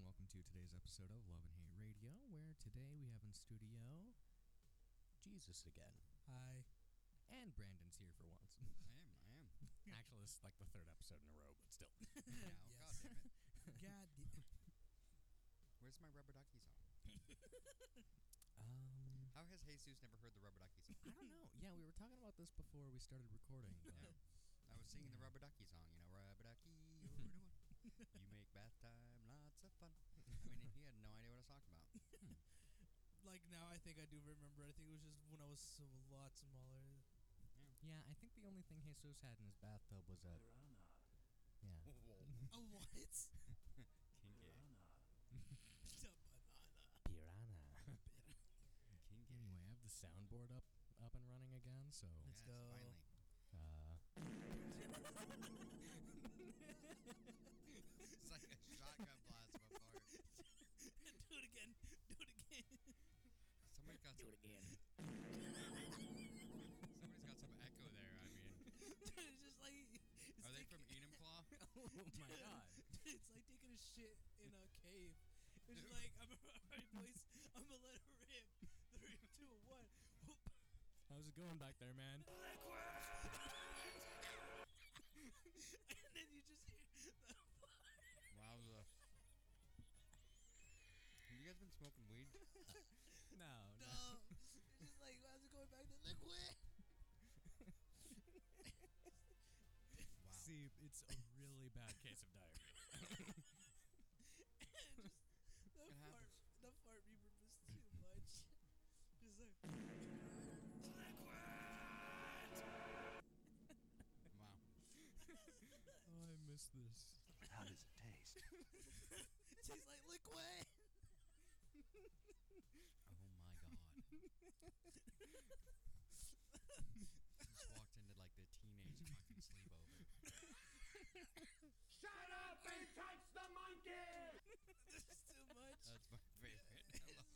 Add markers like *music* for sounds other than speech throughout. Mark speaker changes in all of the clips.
Speaker 1: today's episode of Love and Hate Radio, where today we have in studio Jesus again.
Speaker 2: Hi.
Speaker 1: And Brandon's here for once. *laughs*
Speaker 3: I am. I am.
Speaker 1: Actually, this is like the third episode in a row, but still.
Speaker 3: Yeah, oh,
Speaker 2: Yes.
Speaker 3: God damn it.
Speaker 2: God. di-
Speaker 3: Where's my rubber ducky song?
Speaker 1: Um,
Speaker 3: How has Jesus never heard the rubber ducky song?
Speaker 1: I don't know. Yeah, we were talking about this before we started recording. But *laughs*
Speaker 3: Yeah. I was singing the rubber ducky song, you know, rubber ducky, you're the one. You make bath time lots of fun. I mean, he had no idea what I was talking about.
Speaker 2: Like now, I think I do remember. I think it was just when I was so- a lot
Speaker 3: *laughs*
Speaker 2: smaller.
Speaker 1: yeah, I think the only thing Jesus had in his bathtub was a. Yeah.
Speaker 3: Whoa.
Speaker 2: A what? *laughs*
Speaker 3: King Gay.
Speaker 2: A banana.
Speaker 1: *laughs* *laughs* Piranha.
Speaker 3: King Gay.
Speaker 1: anyway, I have the soundboard up, up and running again, so.
Speaker 2: Let's go.
Speaker 3: Finally.
Speaker 1: Uh,
Speaker 3: It's like a shotgun blast from afar.
Speaker 2: do it again. *laughs* Do it again.
Speaker 3: Somebody got some, *laughs*
Speaker 1: again.
Speaker 3: somebody's got some echo there. I mean,
Speaker 2: it's just like. It's
Speaker 3: are they
Speaker 2: like-
Speaker 3: from
Speaker 2: *laughs*
Speaker 3: Enumclaw?
Speaker 1: *laughs* oh my god.
Speaker 2: it's like taking a shit in a cave. It's just like *laughs* I'm alright, boys. I'm gonna let it rip. *laughs* Three, two,
Speaker 3: *laughs*
Speaker 2: one. Whoop.
Speaker 1: How's it going back there, *laughs* man?
Speaker 2: *laughs* And then you just hear the fire.
Speaker 3: Wowza. Have you guys been smoking weed?
Speaker 1: No,
Speaker 2: No. It's just like how's it going back to liquid?
Speaker 3: Wow.
Speaker 1: See, it's a really bad case of diarrhea.
Speaker 2: just the
Speaker 3: It
Speaker 2: fart,
Speaker 3: happens.
Speaker 2: the fart reverb was too much. *laughs* Just like
Speaker 3: Wow.
Speaker 1: oh, I miss this.
Speaker 4: How does it
Speaker 2: *laughs*
Speaker 4: taste?
Speaker 2: it tastes like
Speaker 3: *laughs*
Speaker 2: liquid.
Speaker 3: Oh my god. Just walked into like the teenage fucking sleepover.
Speaker 5: Shut up and touch the monkey!
Speaker 2: This is too much.
Speaker 3: That's my favorite. I love that one.
Speaker 2: This is too much.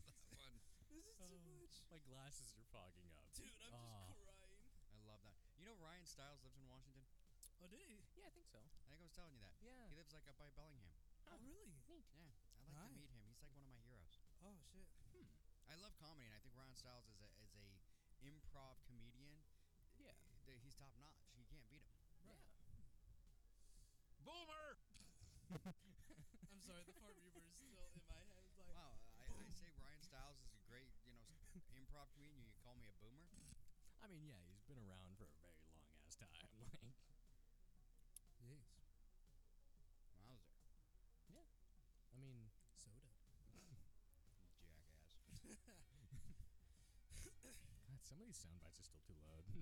Speaker 1: My glasses are fogging up.
Speaker 2: Dude, I'm
Speaker 1: Aw.
Speaker 2: just crying.
Speaker 3: I love that. You know Ryan Stiles lives in Washington?
Speaker 2: Oh, did he?
Speaker 1: Yeah, I think so.
Speaker 3: I think I was telling you that.
Speaker 1: Yeah.
Speaker 3: He lives like up by Bellingham.
Speaker 2: Oh, really?
Speaker 3: Yeah. I'd like to meet him.
Speaker 2: Right.
Speaker 3: He's like one of my heroes.
Speaker 2: Oh, shit.
Speaker 3: I love comedy and I think Ryan Stiles is a is a improv comedian.
Speaker 1: Yeah.
Speaker 3: Th- He's top notch. You can't beat him.
Speaker 1: Yeah. *laughs* Boomer!
Speaker 2: I'm sorry, the fart reverb is still in my head. It's Like,
Speaker 3: Wow, I, I say Ryan Stiles is a great, you know, s- improv comedian. You call me a boomer?
Speaker 1: I mean, yeah, he's been around for a very long ass time. *laughs* Like,
Speaker 2: Yes.
Speaker 3: Wowzer,
Speaker 1: I mean,
Speaker 2: Soda.
Speaker 3: jackass.
Speaker 1: God, some of these sound bites are still too loud. *laughs*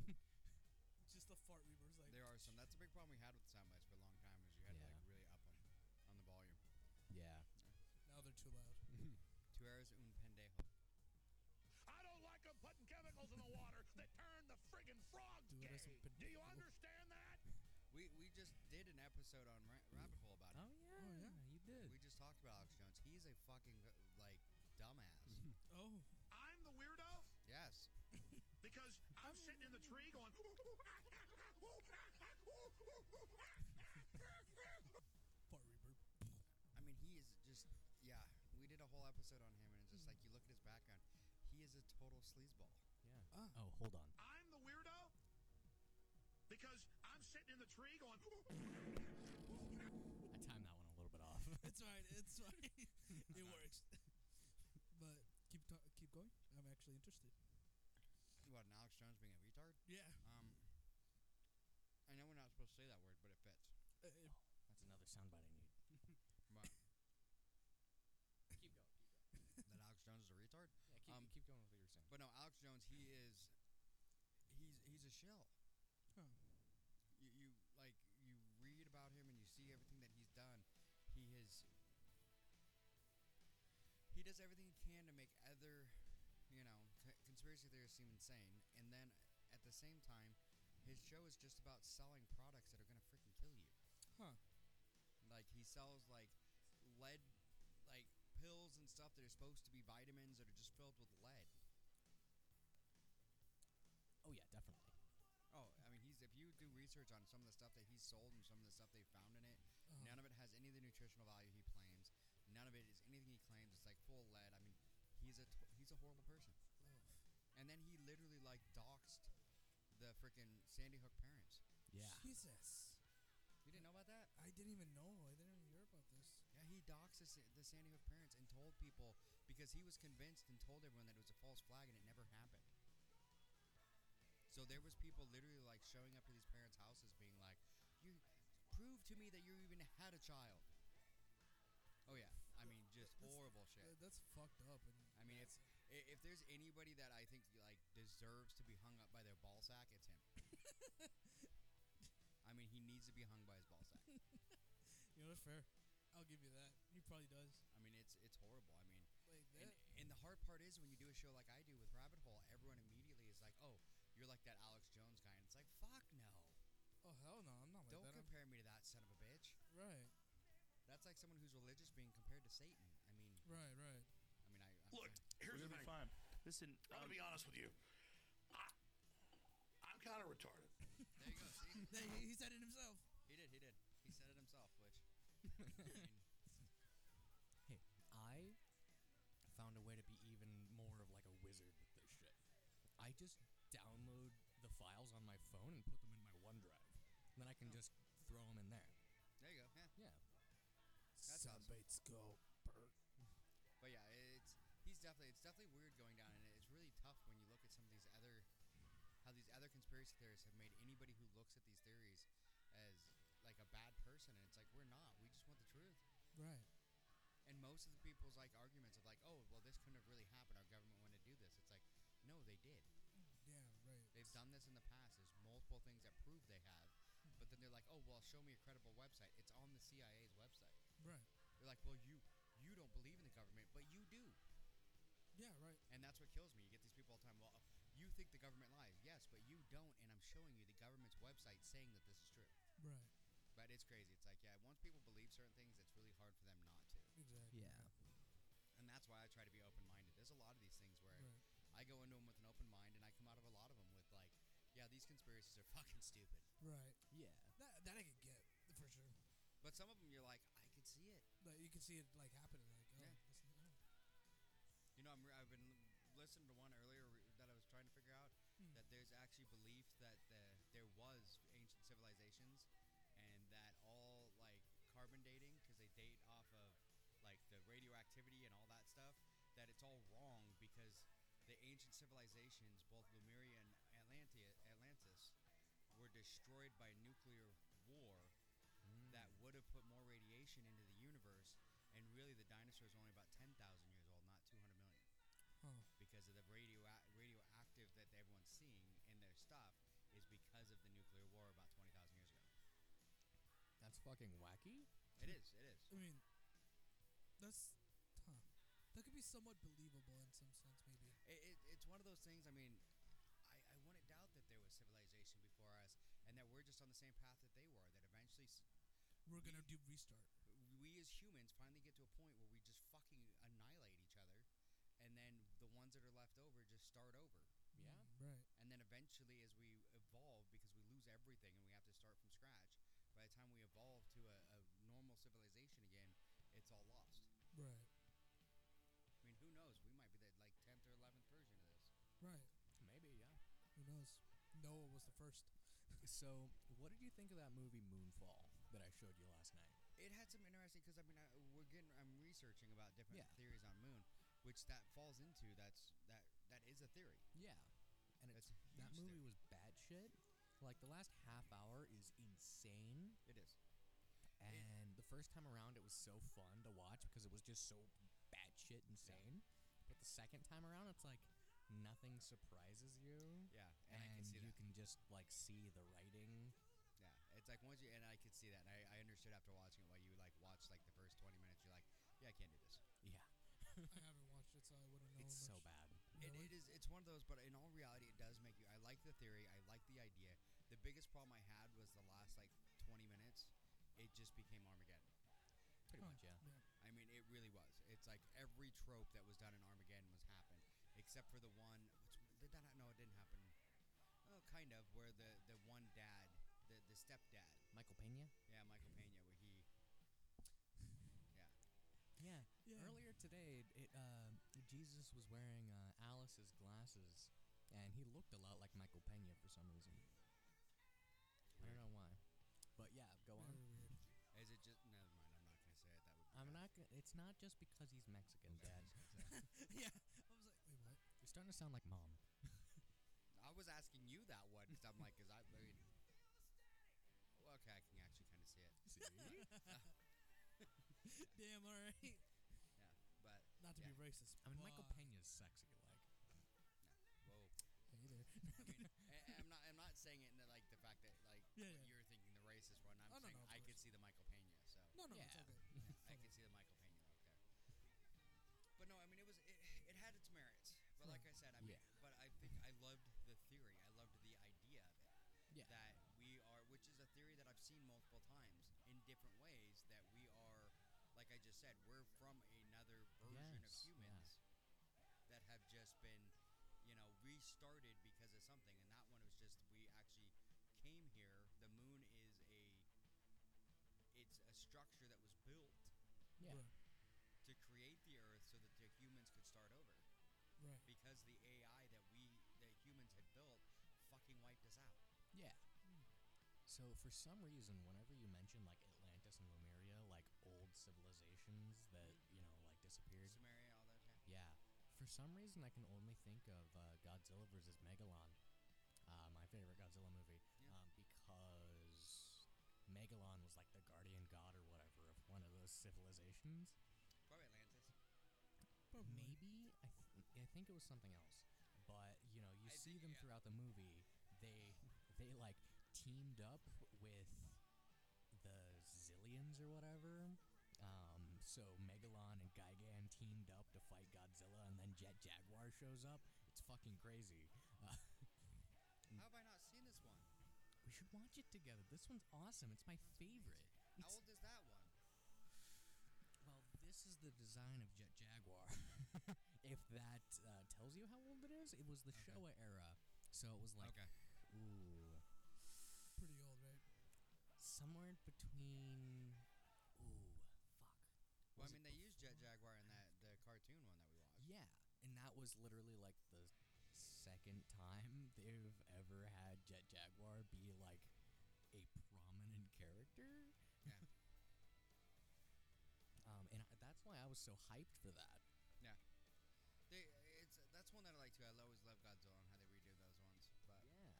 Speaker 2: Just the fart reverb is like.
Speaker 3: There are some. That's a big problem we had with sound bites for a long time. Is you
Speaker 1: Yeah.
Speaker 3: had to like really up them on the volume.
Speaker 1: yeah.
Speaker 2: Now they're too loud.
Speaker 3: Two hours un pendejo.
Speaker 5: I don't like them putting chemicals in the water that turn the friggin' frogs
Speaker 2: Dude, that's
Speaker 5: gay.
Speaker 2: some
Speaker 5: Do you understand that?
Speaker 3: We we just did an episode on Ra- Rabbit Hole about
Speaker 1: Oh
Speaker 3: it.
Speaker 1: yeah,
Speaker 2: Oh, yeah.
Speaker 1: you did.
Speaker 3: We just talked about Alex Jones. He's a fucking uh, like dumbass.
Speaker 2: Oh.
Speaker 5: I'm the weirdo
Speaker 3: yes.
Speaker 5: because I'm sitting in the tree going.
Speaker 2: Fart reverb.
Speaker 3: I mean, he is just yeah. We did a whole episode on him, and it's just like you look at his background. He is a total sleazeball.
Speaker 1: yeah.
Speaker 2: Ah.
Speaker 1: Oh, hold on.
Speaker 5: I'm the weirdo because I'm sitting in the tree going.
Speaker 1: I timed that one a little bit off. *laughs*
Speaker 2: It's alright. It's *laughs* fine. it works. but keep ta- keep going. I'm actually interested.
Speaker 3: What? And Alex Jones being a retard?
Speaker 2: Yeah.
Speaker 3: Um. I know we're not supposed to say that word, but it fits.
Speaker 2: Uh,
Speaker 1: That's another soundbite I need.
Speaker 3: But
Speaker 1: Keep going. Keep going.
Speaker 3: that Alex
Speaker 1: Yeah,
Speaker 3: Jones is a retard.
Speaker 1: keep,
Speaker 3: Um,
Speaker 1: keep going with what you were saying.
Speaker 3: But no, Alex Jones, he is, he's he's a shell.
Speaker 2: Huh.
Speaker 3: You, you like you read about him and you see everything that he's done. He has. He does everything he can to make other, you know, c- conspiracy theorists seem insane, and then at the same time, his show is just about selling products that are gonna freaking kill you.
Speaker 2: Huh.
Speaker 3: Like he sells like lead, like pills and stuff that are supposed to be vitamins that are just filled with lead.
Speaker 1: oh yeah, definitely.
Speaker 3: Oh, I mean, he's if you do research on some of the stuff that he's sold and some of the stuff they found in it,
Speaker 2: Uh-huh.
Speaker 3: none of it has any of the nutritional value he claims. None of it is anything he claims. the freaking Sandy Hook parents.
Speaker 1: Yeah.
Speaker 2: Jesus.
Speaker 3: You didn't know about that?
Speaker 2: I didn't even know. I didn't even hear about this.
Speaker 3: Yeah, he doxed the, Sa- the Sandy Hook parents and told people because he was convinced and told everyone that it was a false flag and it never happened. So there was people literally like showing up to these parents' houses being like, "You prove to me that you even had a child." Oh yeah, I mean just
Speaker 2: That's-
Speaker 3: horrible shit.
Speaker 2: Th- that's fucked up. And
Speaker 3: I mean, if i- if there's anybody that I think like deserves to be hung up by their ball sack, it's him. I mean, he needs to be hung by his ball sack.
Speaker 2: you know, it's fair. I'll give you that. He probably does.
Speaker 3: I mean, it's it's horrible. I mean,
Speaker 2: Like
Speaker 3: and,
Speaker 2: that.
Speaker 3: and the hard part is when you do a show like I do with Rabbit Hole, everyone immediately is like, "Oh, you're like that Alex Jones guy," and it's like, "Fuck no,
Speaker 2: oh hell no, I'm not like
Speaker 3: don't
Speaker 2: that. I'm-
Speaker 3: compare me to that son of a bitch."
Speaker 2: right,
Speaker 3: That's like someone who's religious being compared to Satan. I mean,
Speaker 2: right, right.
Speaker 3: I mean, I I'm
Speaker 5: Look,
Speaker 3: sorry.
Speaker 5: here's
Speaker 4: We're
Speaker 5: the thing.
Speaker 4: gonna be fine. Listen,
Speaker 5: I'm
Speaker 4: um,
Speaker 5: gonna be honest with you. I, I'm kind of retarded.
Speaker 3: there you go. See,
Speaker 2: He- he said it himself.
Speaker 3: he did, he did, he said it himself. Which
Speaker 1: *laughs*
Speaker 3: I mean,
Speaker 1: I found a way to be even more of like a wizard with this shit. I just download the files on my phone and put them in my OneDrive. And then I can
Speaker 3: Oh.
Speaker 1: just throw them in there.
Speaker 3: there you go. Yeah.
Speaker 1: Yeah.
Speaker 3: That's
Speaker 2: Some
Speaker 3: awesome.
Speaker 2: baits go.
Speaker 3: But yeah, it's he's definitely it's definitely weird going down, and it's really tough when you look at some of these other how these other conspiracy theorists have made anybody who looks at these theories as like a bad person, and it's like we're not. We just want the truth.
Speaker 2: Right.
Speaker 3: And most of the people's like arguments of like, oh, well, this couldn't have really happened. Our government wanted to do this. It's like, no, they did.
Speaker 2: Yeah. Right.
Speaker 3: They've done this in the past. There's multiple things that prove they have. But then they're like, oh, well, show me a credible website. It's on the CIA's website.
Speaker 2: Right.
Speaker 3: They're like, well, you you don't believe in the government, but you do.
Speaker 2: Yeah. Right.
Speaker 3: And that's what kills me. You get these people all the time. Well, you think the government lies. Yes, but you don't. And I'm showing you the government's website saying that this is true.
Speaker 2: Right.
Speaker 3: But it's crazy. It's like, yeah, once people believe certain things, it's really hard for them not to.
Speaker 2: Exactly.
Speaker 3: And that's why I try to be open minded. There's a lot of these things where
Speaker 2: Right.
Speaker 3: I go into them with an open mind and I come out of a lot of them with, like, yeah, these conspiracies are *laughs* fucking stupid.
Speaker 2: Right.
Speaker 1: Yeah.
Speaker 2: That that I could get for sure.
Speaker 3: But some of them you're like, I could see it.
Speaker 2: Like you can see it like happening. Like oh,
Speaker 3: Yeah.
Speaker 2: that's- oh.
Speaker 3: You know, I'm re- I've been l- listening to one earlier re- that I was trying to figure out
Speaker 2: Hmm.
Speaker 3: that there's actually belief that the, there was ancient civilizations and that all like carbon dating because they date off of like the radioactivity and all that stuff that it's all wrong because the ancient civilizations both Lemuria and Atlantia, Atlantis were destroyed by nuclear war
Speaker 1: Mm.
Speaker 3: that would have put more radiation into the universe and really the dinosaurs were only about 10,000 years old not 200 million
Speaker 2: Huh.
Speaker 3: because of the radio radioactive that everyone's seeing in their stuff is because of the nuclear war about 20,000 years ago.
Speaker 1: That's fucking wacky.
Speaker 3: It is, it is.
Speaker 2: I mean, that's huh. That could be somewhat believable in some sense, maybe.
Speaker 3: It, it, it's one of those things, I mean, I, I wouldn't doubt that there was civilization before us and that we're just on the same path that they were, that eventually s-
Speaker 2: We're gonna do restart.
Speaker 3: we as humans finally get to a point where we just fucking annihilate each other and then the ones that are left over just start over.
Speaker 1: Yeah.
Speaker 2: Mm,
Speaker 3: And
Speaker 2: Right.
Speaker 3: then eventually, as we evolve, because we lose everything and we have to start from scratch, by the time we evolve to a, a normal civilization again, it's all lost.
Speaker 2: Right.
Speaker 3: I mean, who knows? We might be the like tenth or eleventh version of this.
Speaker 2: Right.
Speaker 1: Maybe, yeah.
Speaker 2: Who knows? Noah was the *laughs* first.
Speaker 1: So, what did you think of that movie Moonfall that I showed you last night?
Speaker 3: It had some interesting because I mean, I, we're getting I'm researching about different
Speaker 1: Yeah.
Speaker 3: theories on moon, which that falls into. That's that that is a theory.
Speaker 1: Yeah. And it's
Speaker 3: That's a
Speaker 1: that
Speaker 3: huge
Speaker 1: movie was bad shit. Like the last half hour is insane.
Speaker 3: It is.
Speaker 1: And the first time around, it was so fun to watch because it was just so batshit insane. But the second time around, it's like nothing surprises you,
Speaker 3: Yeah,
Speaker 1: and,
Speaker 3: and, I can see
Speaker 1: you
Speaker 3: that.
Speaker 1: can just like see the writing.
Speaker 3: Yeah, it's like once you and I could see that, and I, I understood after watching it. While you like watch like the first twenty minutes, you're like, yeah, I can't do this.
Speaker 1: Yeah,
Speaker 2: I haven't watched it, so I wouldn't know.
Speaker 1: it's so
Speaker 2: much.
Speaker 1: bad.
Speaker 3: It, it
Speaker 2: Really?
Speaker 3: is. It's one of those, but in all reality, it does make you. I like the theory. I like the idea. The biggest problem I had was the last like 20 minutes. It just became Armageddon.
Speaker 1: Pretty
Speaker 2: Huh.
Speaker 1: much, yeah.
Speaker 3: I mean, it really was. It's like every trope that was done in Armageddon was happened, except for the one. Which, did that not? No, it didn't happen. Oh, kind of. Where the the one dad, the the stepdad,
Speaker 1: Michael Pena.
Speaker 3: yeah, Michael Pena, where he.
Speaker 1: Yeah.
Speaker 2: Yeah. *laughs*
Speaker 1: Earlier today, it uh, Jesus was wearing uh, Alice's glasses and he looked a lot like Michael Pena for some reason. I don't know why, but yeah, go on.
Speaker 3: Is it just never mind? I'm not gonna say it. That would. Be
Speaker 1: I'm
Speaker 3: bad.
Speaker 1: not. Gonna, it's not just because he's Mexican, *laughs*
Speaker 3: Okay.
Speaker 1: Dad.
Speaker 3: *laughs*
Speaker 2: yeah, I was like, wait, what?
Speaker 1: You're starting to sound like mom.
Speaker 3: I was asking you that one because I'm like, is I? I mean, well, okay, I can actually kind of see it, *laughs*
Speaker 2: Damn, all right. *laughs*
Speaker 3: but
Speaker 2: Not to
Speaker 3: Yeah.
Speaker 2: be racist.
Speaker 1: I mean, Michael
Speaker 2: but-
Speaker 1: Pena's sexy, like.
Speaker 2: *laughs*
Speaker 3: whoa.
Speaker 2: Hey there.
Speaker 3: I
Speaker 2: *laughs*
Speaker 3: mean, I, I'm not. I'm not saying it in the, like the fact that like
Speaker 2: Yeah,
Speaker 3: what
Speaker 2: yeah.
Speaker 3: you're thinking the racist one. I'm
Speaker 2: Oh, no,
Speaker 3: saying
Speaker 2: no, of
Speaker 3: I could
Speaker 2: course.
Speaker 3: see the Michael Pena, so
Speaker 2: No, no, it's
Speaker 1: Yeah.
Speaker 2: okay.
Speaker 3: I can see the Michael Pena out there. But no, I mean it was it, it had its merits. But like I said, I mean,
Speaker 1: Yeah.
Speaker 3: but I think I loved the theory. I loved the idea of it.
Speaker 1: Yeah.
Speaker 3: That we are, which is a theory that I've seen multiple times in different ways. That we are, like I just said, we're from another version of
Speaker 1: Yes, yeah.
Speaker 3: humans that have just been, you know, restarted because of something. And that one was just we actually came here. The moon is a, it's a structure that was built
Speaker 1: Yeah.
Speaker 3: to create the earth so that the humans could start over
Speaker 2: Right.
Speaker 3: because the AI that we that humans had built fucking wiped us out.
Speaker 1: Yeah. So for some reason, whenever you mention like Atlantis and Lemuria, like old civilizations that you know like disappeared,
Speaker 3: Samaria, all that time.
Speaker 1: yeah. For some reason, I can only think of uh, Godzilla versus Megalon, uh, my favorite Godzilla movie,
Speaker 3: Yeah.
Speaker 1: um, because Megalon was like the guardian god or whatever of one of those civilizations.
Speaker 3: Probably Atlantis.
Speaker 1: Maybe I, th- I think it was something else, but you know, you
Speaker 3: I
Speaker 1: see
Speaker 3: think-
Speaker 1: them
Speaker 3: yeah.
Speaker 1: throughout the movie. They they like teamed up with the Zillions or whatever. Um, so Megalon and Gigan teamed up to fight Godzilla, and then Jet Jaguar shows up. It's fucking crazy. Uh, Mm.
Speaker 3: How have I not seen this
Speaker 1: *laughs*
Speaker 3: one?
Speaker 1: we should watch it together. This one's awesome. It's my favorite.
Speaker 3: How old is that one?
Speaker 1: Well, this is the design of Jet Jaguar. *laughs* if that uh, tells you how old it is, it was the
Speaker 3: Okay.
Speaker 1: Showa era. So it was like
Speaker 3: okay.
Speaker 1: Ooh.
Speaker 2: Pretty old, right?
Speaker 1: Somewhere between. Ooh, fuck.
Speaker 3: Well, I
Speaker 1: was it
Speaker 3: mean, they used Jet Jaguar in that the cartoon one that we watched.
Speaker 1: Yeah, and that was literally like the second time *laughs* they've ever had Jet Jaguar be like a prominent character.
Speaker 3: Yeah.
Speaker 1: *laughs* um, and I, that's why I was so hyped for that.
Speaker 3: They, it's that's one that I like too. I always love Godzilla and how they redo those ones. But
Speaker 1: Yeah.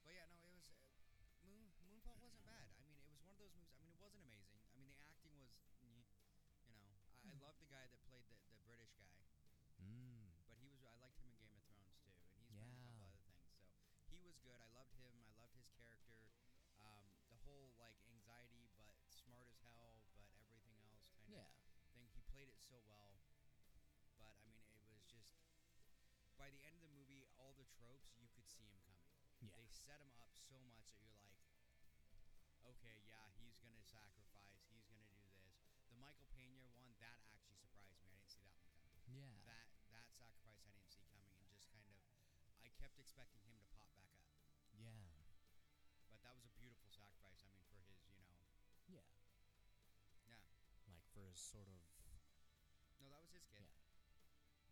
Speaker 3: but yeah, no, it was. Uh, Moon, Moonfall wasn't bad. I mean, it was one of those movies. I mean, it wasn't amazing. I mean, the acting was, meh, you know, I, I
Speaker 1: Hmm.
Speaker 3: love the guy that played the, the British guy.
Speaker 1: Mm.
Speaker 3: but he was I liked him in Game of Thrones too, and he's been in a
Speaker 1: Yeah.
Speaker 3: couple other things. So he was good. I loved him. I loved his character. Um, the whole like anxiety, but smart as hell, but everything else kind
Speaker 1: Yeah.
Speaker 3: of thing. He played it so well. But I mean, it was just by the end of the movie, all the tropes you could see him coming.
Speaker 1: Yeah.
Speaker 3: They set him up so much that you're like, okay, yeah, he's gonna sacrifice. He's gonna do this. The Michael Pena one that actually surprised me. I didn't see that one coming
Speaker 1: Yeah.
Speaker 3: that that sacrifice I didn't see coming, and just kind of, I kept expecting him to pop back up,
Speaker 1: yeah.
Speaker 3: but that was a beautiful sacrifice. I mean, for his, you know,
Speaker 1: Yeah.
Speaker 3: Yeah.
Speaker 1: Like for his sort of.
Speaker 3: no, that was his kid.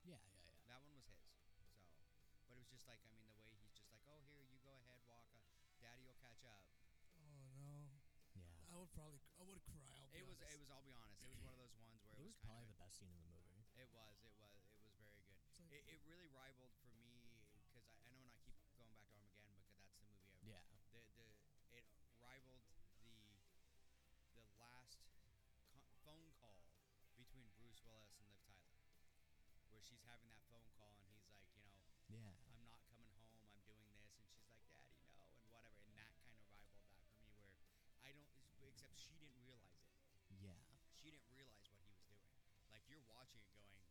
Speaker 1: Yeah. Yeah, yeah, yeah.
Speaker 3: That one was his. So, but it was just like, I mean, the way he's just like, oh, here, you go ahead, walk, uh, daddy will catch up.
Speaker 2: Oh no,
Speaker 1: Yeah.
Speaker 2: I would probably, I would cry. I'll be
Speaker 3: It was,
Speaker 2: honest.
Speaker 3: it was. I'll be honest, it was one of those ones where
Speaker 1: It
Speaker 3: it,
Speaker 1: was
Speaker 3: kind
Speaker 1: probably the
Speaker 3: of,
Speaker 1: best scene in the movie.
Speaker 3: it was, it was, it was very good.
Speaker 2: It's like,
Speaker 3: It, it really rivaled for me because I, I know, and I keep going back to Armageddon because that's the movie I
Speaker 1: Yeah.
Speaker 3: the the it rivaled the the last co- phone call between Bruce Willis and Liv Tyler, where she's having that phone call and he's like, you know,
Speaker 1: Yeah.
Speaker 3: I'm not coming home, I'm doing this, and she's like, Daddy, no, and whatever, and that kind of rivaled that for me, where I don't, except she didn't realize it.
Speaker 1: Yeah.
Speaker 3: She didn't realize what he was doing. Like you're watching it going,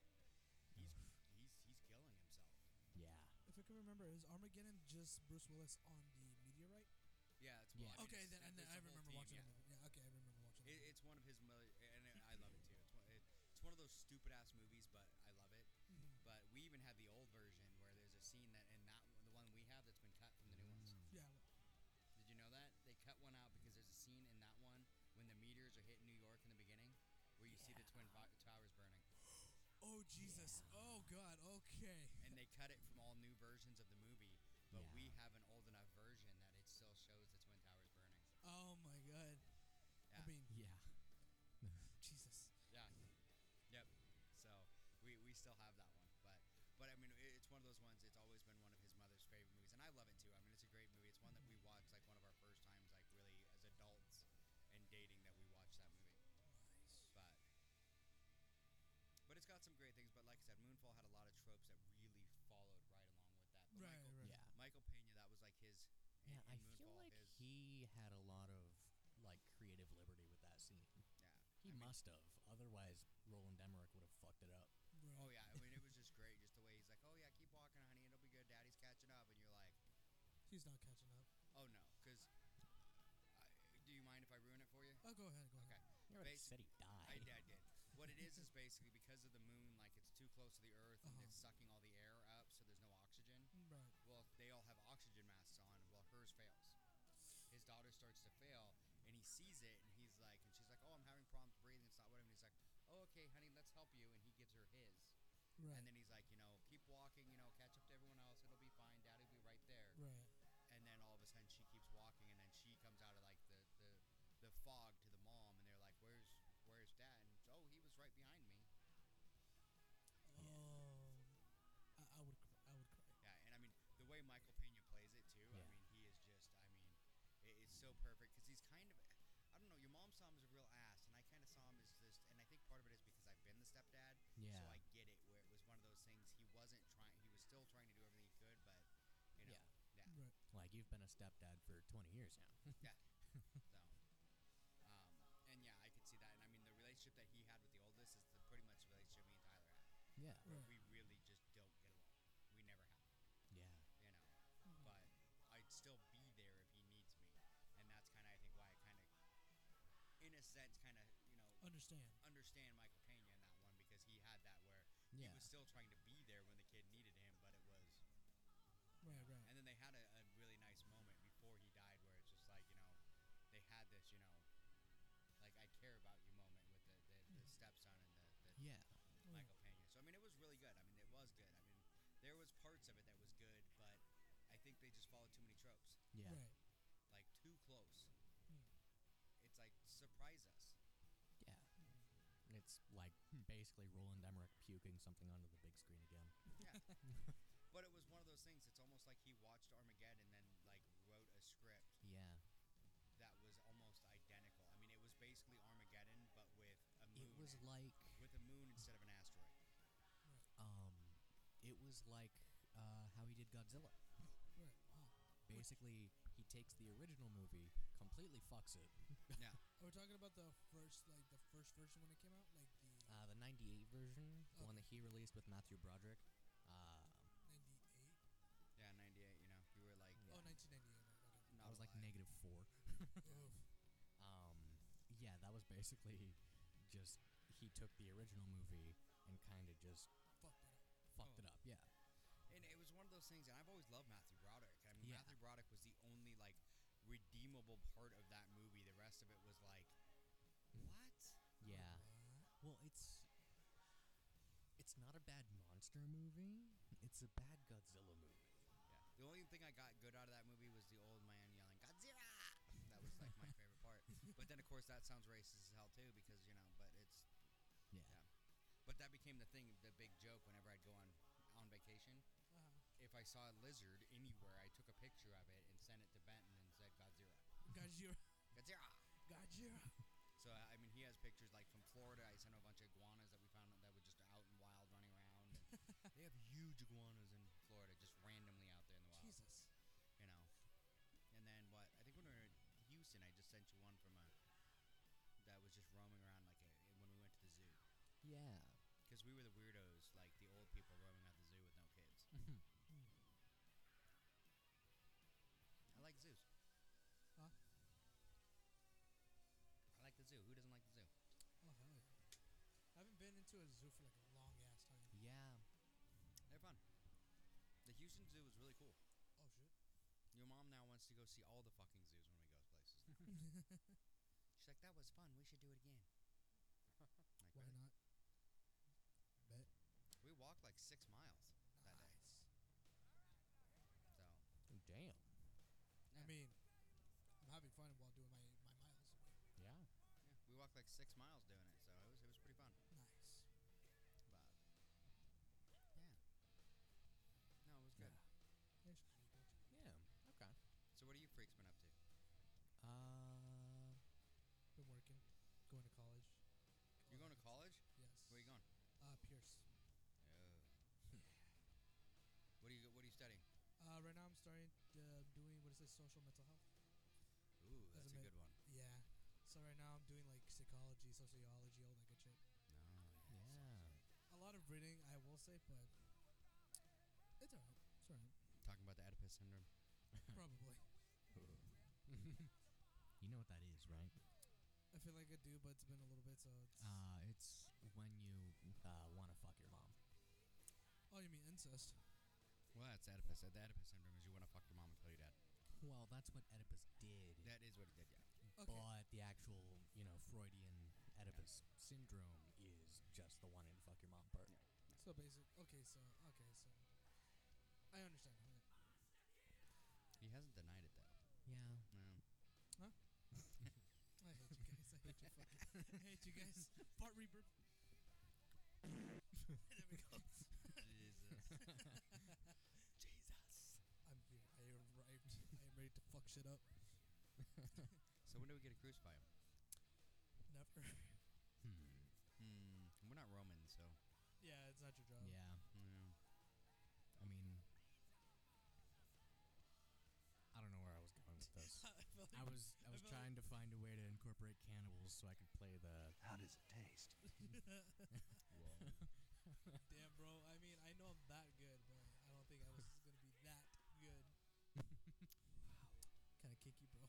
Speaker 3: he's he's he's killing himself.
Speaker 1: Yeah.
Speaker 2: if I can remember, is Armageddon just Bruce Willis on the meteorite?
Speaker 3: Yeah,
Speaker 1: Yeah.
Speaker 3: it's I mean,
Speaker 2: okay,
Speaker 3: it's-
Speaker 2: then and then
Speaker 3: it's
Speaker 2: I
Speaker 3: a whole
Speaker 2: remember
Speaker 3: theme,
Speaker 2: watching.
Speaker 3: yeah.
Speaker 2: that movie. Yeah, okay, I remember watching.
Speaker 3: It,
Speaker 2: that
Speaker 3: it's one of his mil- and I love it too. It's one, it, it's one of those stupid ass movies, but I love it.
Speaker 2: movie. Mhm.
Speaker 3: But we even have the old version where there's a scene that and that the one we have that's been cut from the new ones.
Speaker 2: Yeah, Mm-hmm.
Speaker 3: Did you know that they cut one out because there's a scene in that one when the meteors are hitting New York in the beginning, where you see the twin vi- towers burning,
Speaker 2: Oh Jesus!
Speaker 1: Yeah.
Speaker 2: Oh God! Okay.
Speaker 3: and they cut it from all new we have an old enough version that it still shows the Twin Towers burning.
Speaker 2: Oh my god. I
Speaker 3: Yeah.
Speaker 2: mean,
Speaker 1: Yeah.
Speaker 2: Jesus.
Speaker 3: Yeah. Yep. So we, we still have that one, but but I mean it, it's one of those ones. It's always been one of his mother's favorite movies, and I love it too. I mean it's a great movie. It's one that we watched like one of our first times, like really as adults and dating that we watched that movie. But but it's got some great things. But like I said, Moonfall had a lot of tropes that really followed right along with that. But
Speaker 2: Right,
Speaker 1: Yeah.
Speaker 3: Michael, Michael
Speaker 2: right.
Speaker 3: Pena, that was like his. in-
Speaker 1: Yeah, I
Speaker 3: in
Speaker 1: feel
Speaker 3: Moonfall,
Speaker 1: like
Speaker 3: his,
Speaker 1: he had a lot of like creative liberty with that scene.
Speaker 3: yeah.
Speaker 1: He must have, otherwise Roland Emmerich would have fucked it up.
Speaker 2: Right.
Speaker 3: Oh yeah, I mean it was just great, just the way he's like, "Oh yeah, keep walking, honey, it'll be good. Daddy's catching up," and you're like,
Speaker 2: He's not catching up.
Speaker 3: "Oh no," because do you mind if I ruin it for you?
Speaker 2: Oh, go ahead. Go ahead.
Speaker 3: Okay.
Speaker 1: You already
Speaker 3: Basi-
Speaker 1: said he
Speaker 3: I,
Speaker 1: died.
Speaker 3: I did. What it is is basically because of the moon, like it's too close to the Earth and
Speaker 2: Uh-huh.
Speaker 3: it's sucking all the air up, so there's no oxygen.
Speaker 2: Mm, Right.
Speaker 3: Well, they all have oxygen masks on. Well, hers fails. His daughter starts to fail, and he sees it, and he's like, and she's like, "Oh, I'm having problems breathing. It's not what I'm." And he's like, "Oh, okay, honey, let's help you," and he gives her his.
Speaker 2: Right.
Speaker 3: And then he's like, you know, keep walking, you know, catch up to everyone else. It'll be fine. Daddy'll be right there.
Speaker 2: right.
Speaker 3: And then all of a sudden, she keeps walking, and then she comes out of like the the, the fog to the mom, and they're like, "Where's where's dad?" And oh, he was right behind me.
Speaker 2: Oh. I, I would. Cr- I would cry.
Speaker 3: Yeah, and I mean the way Michael Pena plays it too.
Speaker 1: Yeah.
Speaker 3: I mean, he is just. I mean, it, it's so perfect because he's kind of. I don't know. Your mom saw him as a real ass, and I kind of saw him as this. And I think part of it is because I've been the stepdad.
Speaker 1: *laughs* yeah.
Speaker 3: So I get it. Where it was one of those things. He wasn't trying. He was still trying to do everything he could, but you know.
Speaker 1: Yeah.
Speaker 3: Yeah.
Speaker 2: Right.
Speaker 1: Like you've been a stepdad for twenty years now.
Speaker 3: So, um, and yeah, I could see that. And I mean, the relationship that he had with the oldest is the, pretty much the relationship me and Tyler had.
Speaker 1: yeah.
Speaker 3: Where
Speaker 2: Right.
Speaker 3: we really just don't get along. We
Speaker 1: Yeah.
Speaker 3: never have, you know. But I'd still be there if he needs me, and that's kind of I think why I kind of, in a sense, kind of you know
Speaker 2: Understand.
Speaker 3: understand Michael Pena in that one because he had that where
Speaker 1: Yeah.
Speaker 3: he was still trying to be there when the kid needed him, but it was
Speaker 2: Right. Right.
Speaker 3: and then they had a, a really nice moment before he died where it's just like, you know, they had this, you know, like I care about you moment with the, the, the stepson and the, the
Speaker 1: yeah.
Speaker 3: Michael Pena. So, I mean, it was really good. I mean, it was good. I mean, there was parts of it that was good, but I think they just followed too many tropes.
Speaker 1: Yeah.
Speaker 2: Right.
Speaker 3: Like, too close.
Speaker 2: Hmm.
Speaker 3: It's like, surprise us.
Speaker 1: Yeah. It's like
Speaker 3: Hmm.
Speaker 1: basically Roland Emmerich puking something onto the big screen again.
Speaker 3: But it was one of those things. It's almost like he watched Armageddon and then, like, wrote a script
Speaker 1: Yeah.
Speaker 3: that was almost identical. I mean, it was basically Armageddon, but with a moon.
Speaker 1: It was like
Speaker 3: with a moon instead of an asteroid.
Speaker 1: um it was like uh, how he did Godzilla.
Speaker 2: Right. Wow.
Speaker 1: Basically he takes the original movie, completely fucks it.
Speaker 2: Are we talking about the first, like the first version when it came out, like the
Speaker 1: Uh, the ninety eight version, the one that he released with Matthew Broderick. Uh,
Speaker 2: '98?
Speaker 3: Yeah, 98, you know. You were like
Speaker 2: Oh, 1998. right, okay.
Speaker 3: not
Speaker 1: I was like
Speaker 3: alive.
Speaker 1: negative four. *laughs*
Speaker 2: Oof.
Speaker 1: Um, yeah, that was basically just he took the original movie and kind of just
Speaker 2: Fuck that. up.
Speaker 1: fucked it up. Yeah,
Speaker 3: And it was one of those things and I've always loved Matthew Broderick. I mean
Speaker 1: Yeah.
Speaker 3: Matthew Broderick was the only like redeemable part of that movie. The rest of it was like what?
Speaker 1: yeah.
Speaker 2: What?
Speaker 1: Oh. Well, it's it's not a bad monster movie. It's a bad Godzilla movie.
Speaker 3: Yeah. The only thing I got good out of that movie was the old man yelling Godzilla. That was like my favorite
Speaker 1: *laughs*
Speaker 3: part. But then of course that sounds racist as hell too because you know, but it's
Speaker 1: Yeah,
Speaker 3: Yeah. but that became the thing the big joke whenever I'd go on on vacation.
Speaker 2: Uh-huh.
Speaker 3: If I saw a lizard anywhere, I took a picture of it and sent it to Benton and said Godzilla.
Speaker 2: *laughs* Gajira.
Speaker 3: Godzilla.
Speaker 2: Gajira.
Speaker 3: So I I mean, he has pictures like from Florida. I sent him a bunch of iguanas that we found that were just out and wild, running around. they have huge iguanas in Florida, just randomly out there in the wild.
Speaker 2: Jesus.
Speaker 3: You know. And then what? I think when we were in Houston, I just sent you one from a that was just roaming around like a, when we went to the zoo
Speaker 1: yeah.
Speaker 3: because we were the weirdos, like the old people roaming at the zoo with no kids.
Speaker 2: Mm-hmm.
Speaker 3: I like zoos.
Speaker 2: Huh?
Speaker 3: I like the zoo. Who doesn't like the zoo?
Speaker 2: Oh hell yeah. I haven't been into a zoo for like a long ass time.
Speaker 1: yeah.
Speaker 3: They're fun. The Houston Zoo is really cool.
Speaker 2: Oh shit.
Speaker 3: Your mom now wants to go see all the fucking zoos when we go
Speaker 2: *laughs*
Speaker 3: places. now. She's like, that was fun. We should do it
Speaker 2: *laughs*
Speaker 3: again. Like,
Speaker 2: Why
Speaker 3: "Really?"
Speaker 2: not? Bet.
Speaker 3: We walked like six miles that day. So, walked like six miles doing it, so it was it was pretty fun.
Speaker 2: Nice.
Speaker 3: But yeah, no, it was good.
Speaker 1: Yeah. Okay.
Speaker 3: So what are you freaks been up to?
Speaker 1: Uh,
Speaker 2: Been working, going to college.
Speaker 3: You going to college?
Speaker 2: Yes.
Speaker 3: Where you going?
Speaker 2: Uh, Pierce.
Speaker 3: Oh. what are you What are you studying?
Speaker 2: Uh, right now I'm starting uh, doing what is it, social mental health?
Speaker 3: Ooh,
Speaker 2: As
Speaker 3: that's
Speaker 2: a
Speaker 3: a
Speaker 2: ma-
Speaker 3: good one.
Speaker 2: Yeah. So right now I'm doing like psychology, sociology, all that good shit.
Speaker 1: Uh,
Speaker 3: No.
Speaker 1: yeah.
Speaker 2: A lot of reading, I will say, but it's alright. It's alright.
Speaker 3: Talking about the Oedipus syndrome.
Speaker 2: Probably.
Speaker 1: *laughs* you know what that is, right?
Speaker 2: I feel like I do, but it's been a little bit, so it's.
Speaker 1: Uh, it's when you uh, want to fuck your mom.
Speaker 2: oh, you mean incest?
Speaker 3: Well, that's Oedipus. The Oedipus syndrome is you want to fuck your mom and kill your dad.
Speaker 1: Well, that's what Oedipus did,
Speaker 3: That is what he did. Yeah.
Speaker 2: Okay.
Speaker 1: but the actual, you know, Freudian Oedipus syndrome is just the wanting to fuck your mom part.
Speaker 2: So basic. Okay, so okay, so I understand. Right.
Speaker 3: He hasn't denied it though.
Speaker 1: Yeah.
Speaker 3: No.
Speaker 2: I hate you guys. I hate you fucking. I hate you guys. Fart rebirth. there we go.
Speaker 3: *laughs* Jesus.
Speaker 2: Jesus. I'm here. I arrived. I am ready to fuck shit up.
Speaker 3: *laughs* so when do we get to crucify him?
Speaker 2: Never.
Speaker 1: Hmm.
Speaker 3: Hmm. We're not Romans, so.
Speaker 2: Yeah, it's not your job.
Speaker 1: Yeah.
Speaker 3: Yeah.
Speaker 1: Hmm. I mean, I don't know where I was going with this.
Speaker 2: *laughs* *laughs* I felt
Speaker 1: I
Speaker 2: like-
Speaker 1: was I was
Speaker 2: felt-
Speaker 1: trying to find a way to incorporate cannibals so I could play the
Speaker 5: How does it taste?
Speaker 3: Whoa.
Speaker 2: *laughs* Damn, bro. I mean, I know I'm that good, but I don't think I was gonna be that good. kind of kicky, bro.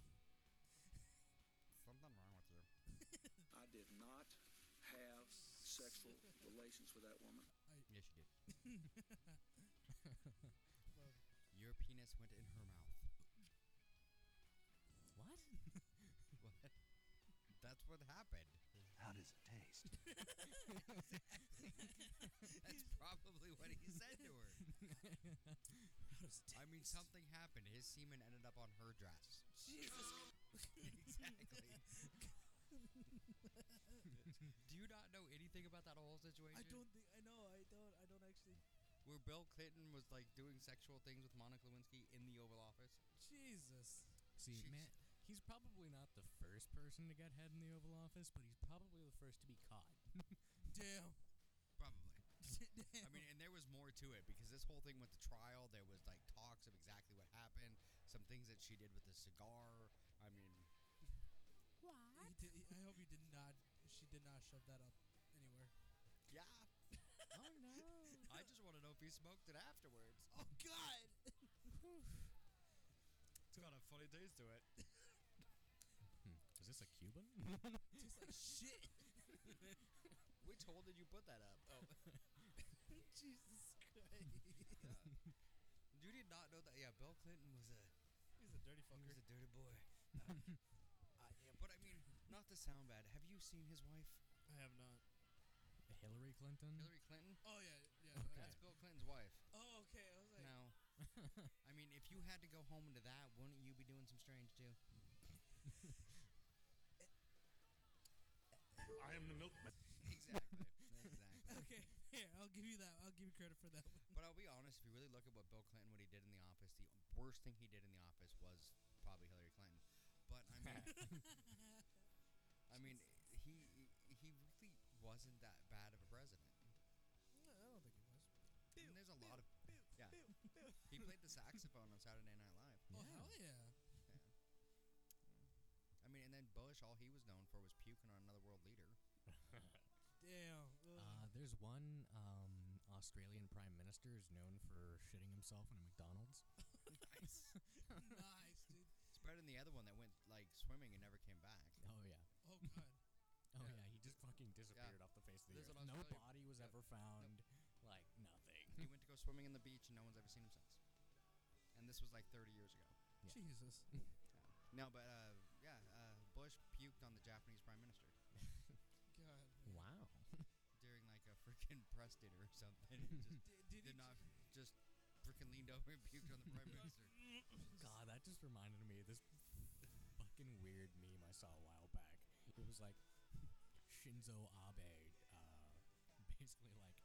Speaker 3: Something wrong with you.
Speaker 4: *laughs* I did not have
Speaker 2: *laughs*
Speaker 4: sexual relations with that woman.
Speaker 3: Yes, you did.
Speaker 2: Bro,
Speaker 3: Your penis went in her mouth.
Speaker 1: what?
Speaker 3: *laughs* What? That's what happened.
Speaker 5: How does it taste?
Speaker 3: That's probably what he said to her. I mean,
Speaker 2: *laughs*
Speaker 3: something happened. His semen ended up on her dress.
Speaker 2: Jesus.
Speaker 3: exactly. *laughs* Do you not know anything about that whole situation?
Speaker 2: I don't think I know. I don't. I don't actually.
Speaker 3: Where Bill Clinton was like doing sexual things with Monica Lewinsky in the Oval Office.
Speaker 2: Jesus.
Speaker 1: See,
Speaker 3: Jeez.
Speaker 1: man, he's probably not the first person to get head in the Oval Office, but he's probably the first to be caught.
Speaker 2: Damn. *laughs*
Speaker 3: Probably.
Speaker 2: Damn.
Speaker 3: I mean, and there was more to it because this whole thing went to trial. There was like talks of exactly what happened, some things that she did with the cigar. I mean,
Speaker 2: He did, he- I hope you did not. She did not shove that up anywhere.
Speaker 3: yeah.
Speaker 1: oh no!
Speaker 3: I just want to know if he smoked it afterwards.
Speaker 2: Oh God.
Speaker 3: It's got a funny taste to it.
Speaker 1: Is this a Cuban?
Speaker 2: Tastes like shit.
Speaker 3: Which hole did you put that up? *laughs* Oh,
Speaker 2: Jesus Christ.
Speaker 3: you did not know that. Yeah, Bill Clinton was a
Speaker 2: He's a dirty
Speaker 3: he
Speaker 2: fucker.
Speaker 3: was a dirty boy. Uh, I am, but I mean, not to sound bad. Have you seen his wife,
Speaker 2: I have not.
Speaker 1: *laughs* Hillary Clinton.
Speaker 3: Hillary Clinton?
Speaker 2: Oh yeah, yeah.
Speaker 1: Okay.
Speaker 2: that's-
Speaker 3: That's Bill Clinton's wife.
Speaker 2: Oh okay. I was like,
Speaker 3: Now, I mean, if you had to go home into that, wouldn't you be doing some strange too?
Speaker 5: I am the milkman.
Speaker 3: *laughs* Exactly. exactly.
Speaker 2: okay, *laughs* here I'll give you that. I'll give you credit for that one. *laughs*
Speaker 3: But I'll be honest, if you really look at what Bill Clinton, what he did in the office, the worst thing he did in the office was probably Hillary Clinton. But I mean, I *laughs* mean, he he really wasn't that bad of a president.
Speaker 2: no, I don't think it was.
Speaker 3: I mean, there's a lot of yeah. He played *laughs* the saxophone on Saturday Night Live.
Speaker 2: Oh
Speaker 1: Yeah.
Speaker 2: hell yeah.
Speaker 3: I mean, and then Bush, all he was known for was puking on another world leader.
Speaker 2: Damn. Ugh.
Speaker 1: *laughs* Uh, there's one um, Australian prime minister is known for shitting himself in a McDonald's.
Speaker 3: nice.
Speaker 2: *laughs* nice, dude.
Speaker 3: It's better than the other one that went like swimming and never came back.
Speaker 1: Oh yeah.
Speaker 2: Oh god.
Speaker 1: Oh yeah,
Speaker 3: Yeah.
Speaker 1: he just fucking disappeared off the face of the
Speaker 3: There's
Speaker 1: earth.
Speaker 3: an
Speaker 1: No
Speaker 3: Australian-
Speaker 1: body was
Speaker 3: yeah.
Speaker 1: ever found. Like nothing.
Speaker 3: He went to go swimming in the beach, and no one's ever seen him since. And this was like 30 years ago.
Speaker 1: Yeah.
Speaker 2: Jesus.
Speaker 3: No, but uh, yeah, uh, Bush puked on the Japanese prime minister
Speaker 2: God.
Speaker 1: *laughs* Wow.
Speaker 3: during like a *laughs* freaking press dinner or something. and just
Speaker 2: Did, did he
Speaker 3: did not just freaking leaned over and puked on the
Speaker 2: *laughs*
Speaker 3: prime minister.
Speaker 1: God, that just reminded me of this fucking weird meme I saw a while back. It was like Shinzo Abe uh, *laughs* basically like,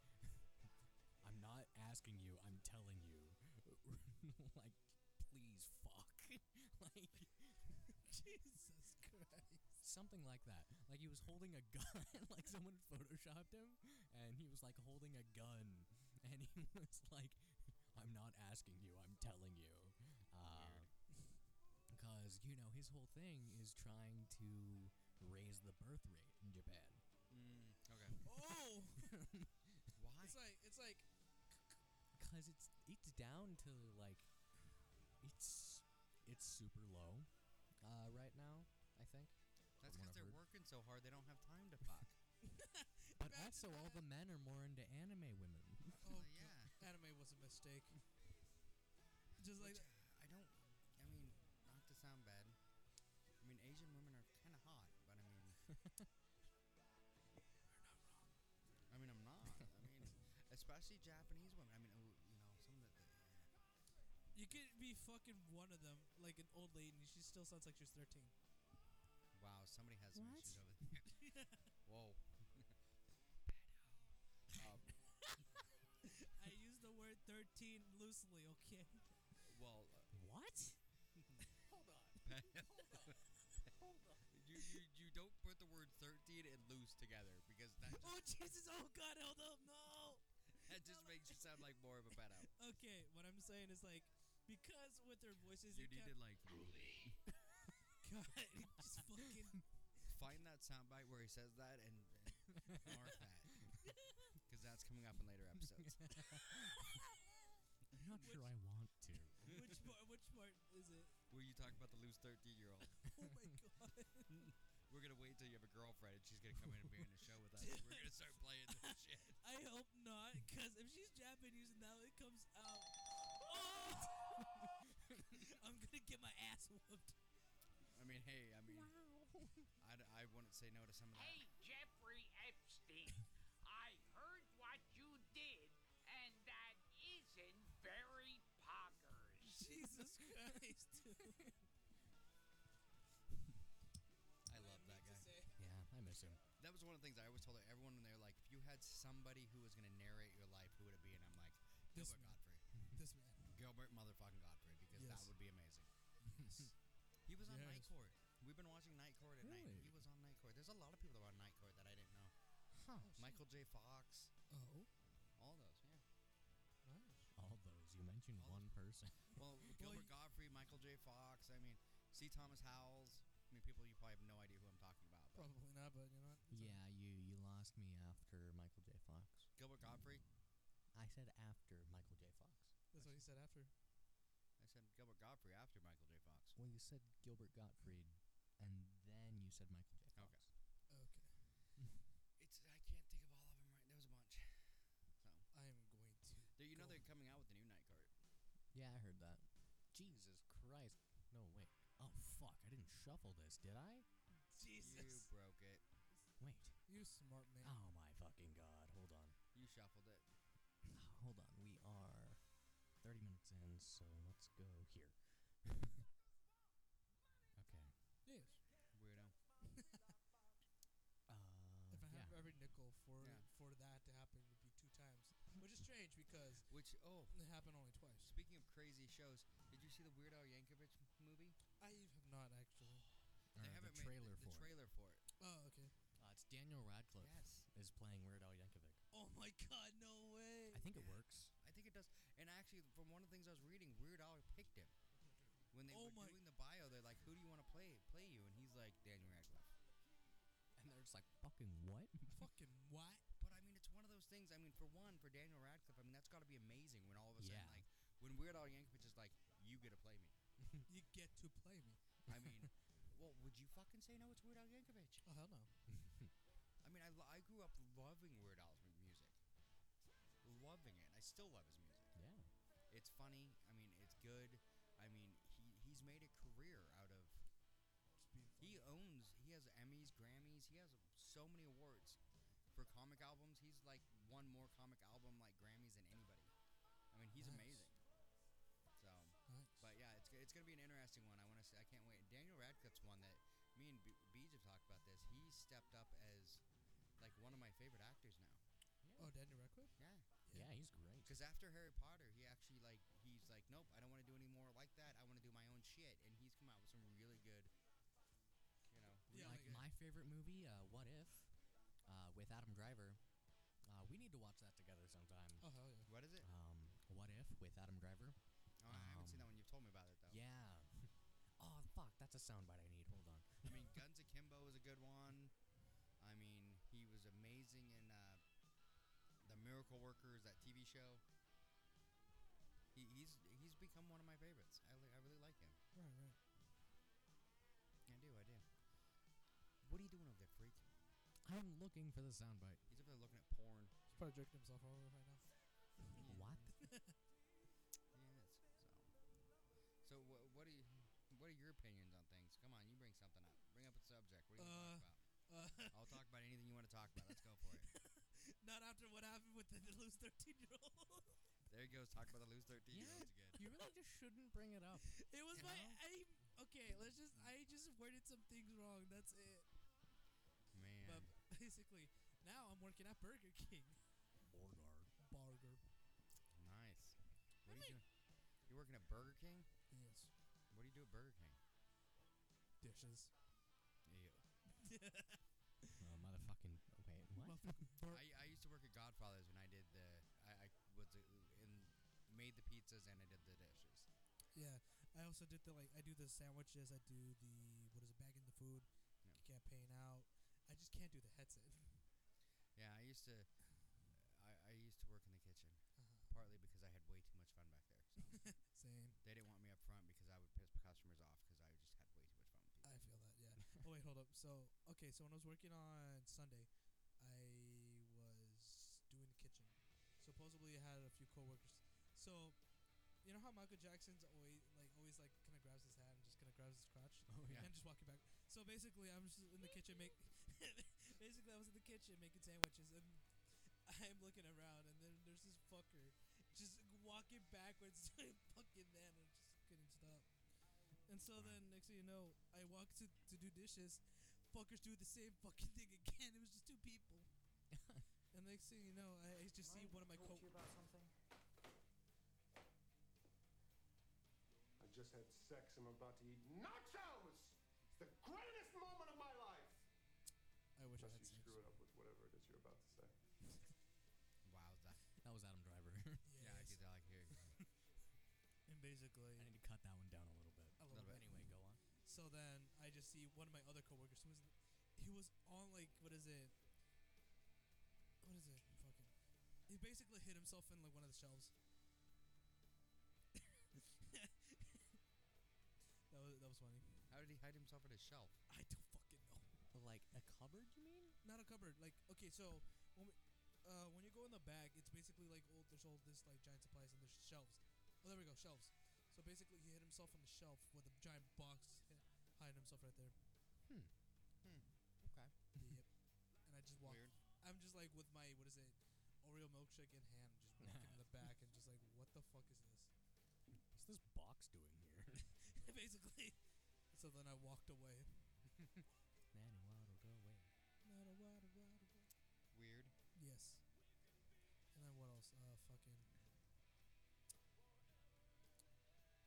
Speaker 1: I'm not asking you, I'm telling you, *laughs* like, please fuck, *laughs* like
Speaker 2: Jesus Christ.
Speaker 1: something like that. Like he was holding a gun, *laughs* like someone had photoshopped him, and he was like holding a gun, and he *laughs* was like, "I'm not asking you, I'm telling you," because Um, you know his whole thing is trying to raise the birth rate in Japan. *laughs*
Speaker 3: Mm, okay.
Speaker 2: Oh,
Speaker 3: Why?
Speaker 2: it's like it's like
Speaker 1: Cause it's it's down to like it's it's super low uh, right now, I think.
Speaker 3: That's
Speaker 1: From what
Speaker 3: because
Speaker 1: I've
Speaker 3: they're
Speaker 1: heard.
Speaker 3: working so hard they don't have time to fuck.
Speaker 1: But
Speaker 2: Imagine
Speaker 1: also, all
Speaker 2: that.
Speaker 1: the men are more into anime *laughs* women.
Speaker 3: Uh,
Speaker 2: oh
Speaker 3: yeah.
Speaker 2: yeah. Anime was a mistake. Just like
Speaker 3: Which, I don't. I mean, not to sound bad. I mean, Asian women are kind of hot, but I
Speaker 2: *laughs*
Speaker 3: mean, I mean, I'm not. I mean,
Speaker 2: *laughs*
Speaker 3: especially Japanese women. I mean, oh, you know, some of the. the
Speaker 2: you could be fucking one of them, like an old lady, and she still sounds like she's thirteen.
Speaker 3: wow, somebody has some
Speaker 1: What?
Speaker 3: issues over there. *laughs* Whoa. um,
Speaker 2: I use the word thirteen loosely, okay?
Speaker 3: well, uh,
Speaker 2: *laughs*
Speaker 3: *laughs*
Speaker 1: What?
Speaker 2: Hold on.
Speaker 3: you, you you don't put the word thirteen and loose together because that just,
Speaker 2: Oh Jesus! Oh God! Hold up! No.
Speaker 3: that just makes you sound like more of a pedo.
Speaker 2: *laughs* Okay, what I'm saying is like because with their voices,
Speaker 3: You
Speaker 2: it
Speaker 3: need
Speaker 2: kind
Speaker 3: to like
Speaker 2: *laughs* God, just fucking
Speaker 3: find that soundbite where he says that and, and mark that because that's coming up in later episodes.
Speaker 1: I'm not sure I want to.
Speaker 2: which part? Which part is it?
Speaker 3: *laughs* Where you talk about the loose thirteen year old.
Speaker 2: *laughs* Oh my God!
Speaker 3: We're gonna wait till you have a girlfriend and she's gonna come in and be in the show with us. We're gonna start playing this shit.
Speaker 2: I hope not, because if she's Japanese now, it comes out. Oh! *laughs* I'm gonna get my ass *laughs* whooped.
Speaker 3: I mean, hey, I mean, I, d- I wouldn't say no to some of that.
Speaker 6: Hey, Jeffrey Epstein, I heard what you did, and that isn't very poggers.
Speaker 2: Jesus Christ! dude.
Speaker 3: I love that guy.
Speaker 1: Yeah, I miss him.
Speaker 3: That was one of the things I always told everyone when they're like, if you had somebody who was gonna narrate your life, who would it be? And I'm like,
Speaker 2: This
Speaker 3: Gilbert
Speaker 2: man.
Speaker 3: Godfrey.
Speaker 2: *laughs* This man.
Speaker 3: Gilbert motherfucking Godfrey because that
Speaker 2: Yes.
Speaker 3: would be amazing. *laughs* He was on Night
Speaker 2: Yes.
Speaker 3: Court. We've been watching Night Court at night. and
Speaker 1: Really?
Speaker 3: He was on Night Court. There's a lot of people that were on Night Court that I didn't know.
Speaker 1: *laughs* Huh.
Speaker 3: Michael J. Fox,
Speaker 2: Oh.
Speaker 3: all those, yeah.
Speaker 1: All those. You mentioned
Speaker 3: All
Speaker 1: one person.
Speaker 3: *laughs* Well, Gilbert
Speaker 2: you-
Speaker 3: Godfrey, Michael J. Fox, I mean, C. Thomas Howells. I mean, people you probably have no idea who I'm talking about. But
Speaker 2: Probably not, but you know. What?
Speaker 1: Yeah, you you lost me after Michael J. Fox.
Speaker 3: Gilbert Godfrey,
Speaker 1: I said after Michael J. Fox.
Speaker 2: That's what he said after.
Speaker 3: I said Gilbert Godfrey after Michael J. Fox.
Speaker 1: Well, you said Gilbert Gottfried, and then you said Michael J. Fox.
Speaker 3: Okay.
Speaker 2: Okay.
Speaker 3: It's I can't think of all of them right. There was a bunch.
Speaker 2: I am going to.
Speaker 3: There, you know
Speaker 2: Go.
Speaker 3: they're coming out with a new Night Court.
Speaker 1: Yeah, I heard that. Jesus Christ. No, wait. Oh, fuck. I didn't shuffle this, did I?
Speaker 3: You broke it.
Speaker 1: Wait.
Speaker 2: You smart man.
Speaker 1: Oh, my fucking God. Hold on. *sighs*
Speaker 3: You shuffled it.
Speaker 1: Hold on. We are 30 minutes in, so let's go here. *laughs* okay.
Speaker 2: Yes.
Speaker 3: Weirdo.
Speaker 1: Uh,
Speaker 2: If I
Speaker 1: yeah.
Speaker 2: have every nickel for
Speaker 3: Yeah.
Speaker 2: for that to happen would be two times, which is strange because
Speaker 3: Which oh,
Speaker 2: it happened only twice.
Speaker 3: speaking of crazy shows, did you see the Weird Al Yankovic m- movie?
Speaker 2: I have not actually.
Speaker 1: Or
Speaker 3: they
Speaker 1: the
Speaker 3: haven't
Speaker 1: trailer
Speaker 3: made the,
Speaker 1: for
Speaker 3: the
Speaker 1: it.
Speaker 3: trailer for it.
Speaker 2: Oh, okay.
Speaker 1: Uh, it's Daniel Radcliffe
Speaker 3: Yes,
Speaker 1: is playing Weird Al Yankovic.
Speaker 2: Oh my God! No way.
Speaker 1: I think it
Speaker 3: Yeah.
Speaker 1: works.
Speaker 3: I think it does. And actually, from one of the things I was reading, Weird Al picked him when they
Speaker 2: Oh
Speaker 3: were
Speaker 2: my-
Speaker 3: doing the bio. They're like, "Who do you want to play play you?" And he's like, "Daniel Radcliffe."
Speaker 1: And they're just like, fucking what?
Speaker 2: Fucking what?
Speaker 3: But I mean, it's one of those things. I mean, for one, for Daniel Radcliffe, I mean, that's got to be amazing when all of a sudden,
Speaker 1: Yeah.
Speaker 3: like, when Weird Al Yankovic is like, "You get to play me."
Speaker 2: You get to play me?
Speaker 3: I mean, *laughs* well, would you fucking say no? It's Weird Al Yankovic.
Speaker 2: Oh hell no!
Speaker 3: I mean, I, lo- I grew up loving Weird Al's mu- music, loving it. I still love his music.
Speaker 1: yeah.
Speaker 3: It's funny. I mean, it's good. I mean, he he's made a career out of.
Speaker 2: Just being funny.
Speaker 3: He owns. He has Emmys, Grammys. He has so many awards for comic albums. He's like won more comic album like Grammys than anybody. I mean, he's
Speaker 2: Nice.
Speaker 3: amazing. So,
Speaker 2: Nice.
Speaker 3: but yeah, it's go- it's gonna be an interesting one. I want to. I can't wait. Daniel Radcliffe's one that me and B- Beej have talked about this. He stepped up as
Speaker 2: Oh, Daniel Radcliffe.
Speaker 3: Yeah.
Speaker 1: Yeah, he's great.
Speaker 3: Because after Harry Potter, he actually like he's like, nope, I don't want to do any more like that. I want to do my own shit, and he's come out with some really good, you know,
Speaker 2: Yeah,
Speaker 1: like
Speaker 2: like, uh,
Speaker 1: my favorite movie, uh, What If, uh, with Adam Driver. Uh, we need to watch that together sometime.
Speaker 2: Oh hell yeah.
Speaker 3: what is it?
Speaker 1: Um, what If with Adam Driver.
Speaker 3: Oh, I haven't seen
Speaker 1: um,
Speaker 3: that one. You've told me about it though.
Speaker 1: Yeah. *laughs* oh fuck, that's a soundbite I need. Hold on.
Speaker 3: I mean, Guns Akimbo was a good one. I mean, he was amazing in uh, the Miracle Workers, that TV show. He, he's he's become one of my favorites. I, li- I really like him.
Speaker 2: Right, right.
Speaker 3: I do, I do. What are you doing over there, freak?
Speaker 1: I'm looking for the soundbite.
Speaker 3: He's over there looking at porn.
Speaker 2: He's probably jerking himself over right now.
Speaker 1: What?
Speaker 3: Yes. So, so wha what do you? What are your opinions on things? Come on, you bring something up. Bring up a subject. What are you gonna talk
Speaker 2: Uh, *laughs*
Speaker 3: about? I'll talk about anything you want to talk about. Let's go for it. *laughs*
Speaker 2: not after what happened with the *laughs* loose *laughs* thirteen-year-old.
Speaker 3: There he goes. Talk about the lose thirteen. year olds again.
Speaker 1: You really just shouldn't bring it up.
Speaker 2: It was
Speaker 1: You
Speaker 2: my.
Speaker 1: know?
Speaker 2: I okay. Let's just. I just worded some things wrong. That's it.
Speaker 3: Man.
Speaker 2: But *laughs* basically, now I'm working at Burger King. Burger.
Speaker 3: Nice. What
Speaker 2: I
Speaker 3: are you
Speaker 2: mean-
Speaker 3: doing? You working at Burger King?
Speaker 2: Yes.
Speaker 3: What do you do at Burger King?
Speaker 2: Dishes.
Speaker 3: Ew.
Speaker 1: Oh, motherfucking. Wait, what?
Speaker 2: Motherfucking bur-
Speaker 3: I, I used to work at Godfather's when I did the I, I was uh, in made the pizzas and I did the dishes.
Speaker 2: yeah. I also did the like. I do the sandwiches. I do the what is it? Bagging the food.
Speaker 3: Yeah.
Speaker 2: Campaign out. I just can't do the headset. *laughs*
Speaker 3: Yeah, I used to I, I used to work in the kitchen partly because I had way too much fun back there. So
Speaker 5: *laughs*
Speaker 2: Same.
Speaker 3: they didn't want me up front because I would piss customers off because I just had way too much fun with
Speaker 2: I
Speaker 3: people.
Speaker 2: feel that. Yeah. oh wait, hold up. So okay. So when I was working on Sunday, I was doing the kitchen. Supposedly, I had a few coworkers. So, you know how Michael Jackson's always like always like kind of grabs his hat and just kind of grabs his crotch
Speaker 1: *laughs* Oh,
Speaker 3: yeah.
Speaker 2: and just walking back. So basically, I'm just in the kitchen make. *laughs* basically, I was in the kitchen making sandwiches and. *laughs* I'm looking around, and then there's this fucker just walking backwards, *laughs* doing fucking that, and I just couldn't stop. And so
Speaker 3: Wow.
Speaker 2: then, next thing you know, I walk to, to do dishes. Fuckers do the same fucking thing again. It was just two people.
Speaker 3: *laughs*
Speaker 2: and next thing you know, I, I just see one of my co.
Speaker 7: about something?
Speaker 5: I just had sex. I'm about to eat nachos. It's the greatest moment of my life.
Speaker 2: I wish I had
Speaker 5: Unless you
Speaker 2: sex.
Speaker 5: screw it up with whatever it is you're about to say.
Speaker 3: Wowza.
Speaker 1: That was Adam Driver. *laughs*
Speaker 3: Yeah, I could I could
Speaker 5: *laughs*
Speaker 3: hear. you.
Speaker 2: And basically,
Speaker 1: I need to cut that one down a little bit.
Speaker 2: a little
Speaker 3: little
Speaker 2: bit.
Speaker 3: bit.
Speaker 1: Anyway, go on.
Speaker 2: So then I just see one of my other coworkers who was he was on like what is it? What is it? Fucking he basically hit himself in like one of the shelves. *laughs* that was that was funny.
Speaker 3: How did he hide himself in a shelf?
Speaker 2: I don't fucking know.
Speaker 1: Like a cupboard, you mean?
Speaker 2: Not a cupboard. Like okay, so when we, uh, when you go in the back, it's basically like old. There's all this like giant supplies and there's shelves. Oh, there we go, shelves. So basically, he hit himself on the shelf with a giant box, *laughs* hi- hiding himself right there.
Speaker 3: Hmm. Okay.
Speaker 2: yep. And I just walk.
Speaker 3: Weird.
Speaker 2: I'm just like with my what is it, Oreo milkshake in hand, just walking in the back and just like, what the fuck is this? *laughs*
Speaker 1: What's this box doing here?
Speaker 2: Basically. So then I walked away.
Speaker 1: Man, water, go away.
Speaker 2: Not a wada wada wada.
Speaker 5: *laughs*
Speaker 3: Weird.
Speaker 2: Yes. And then what else? Uh, fucking.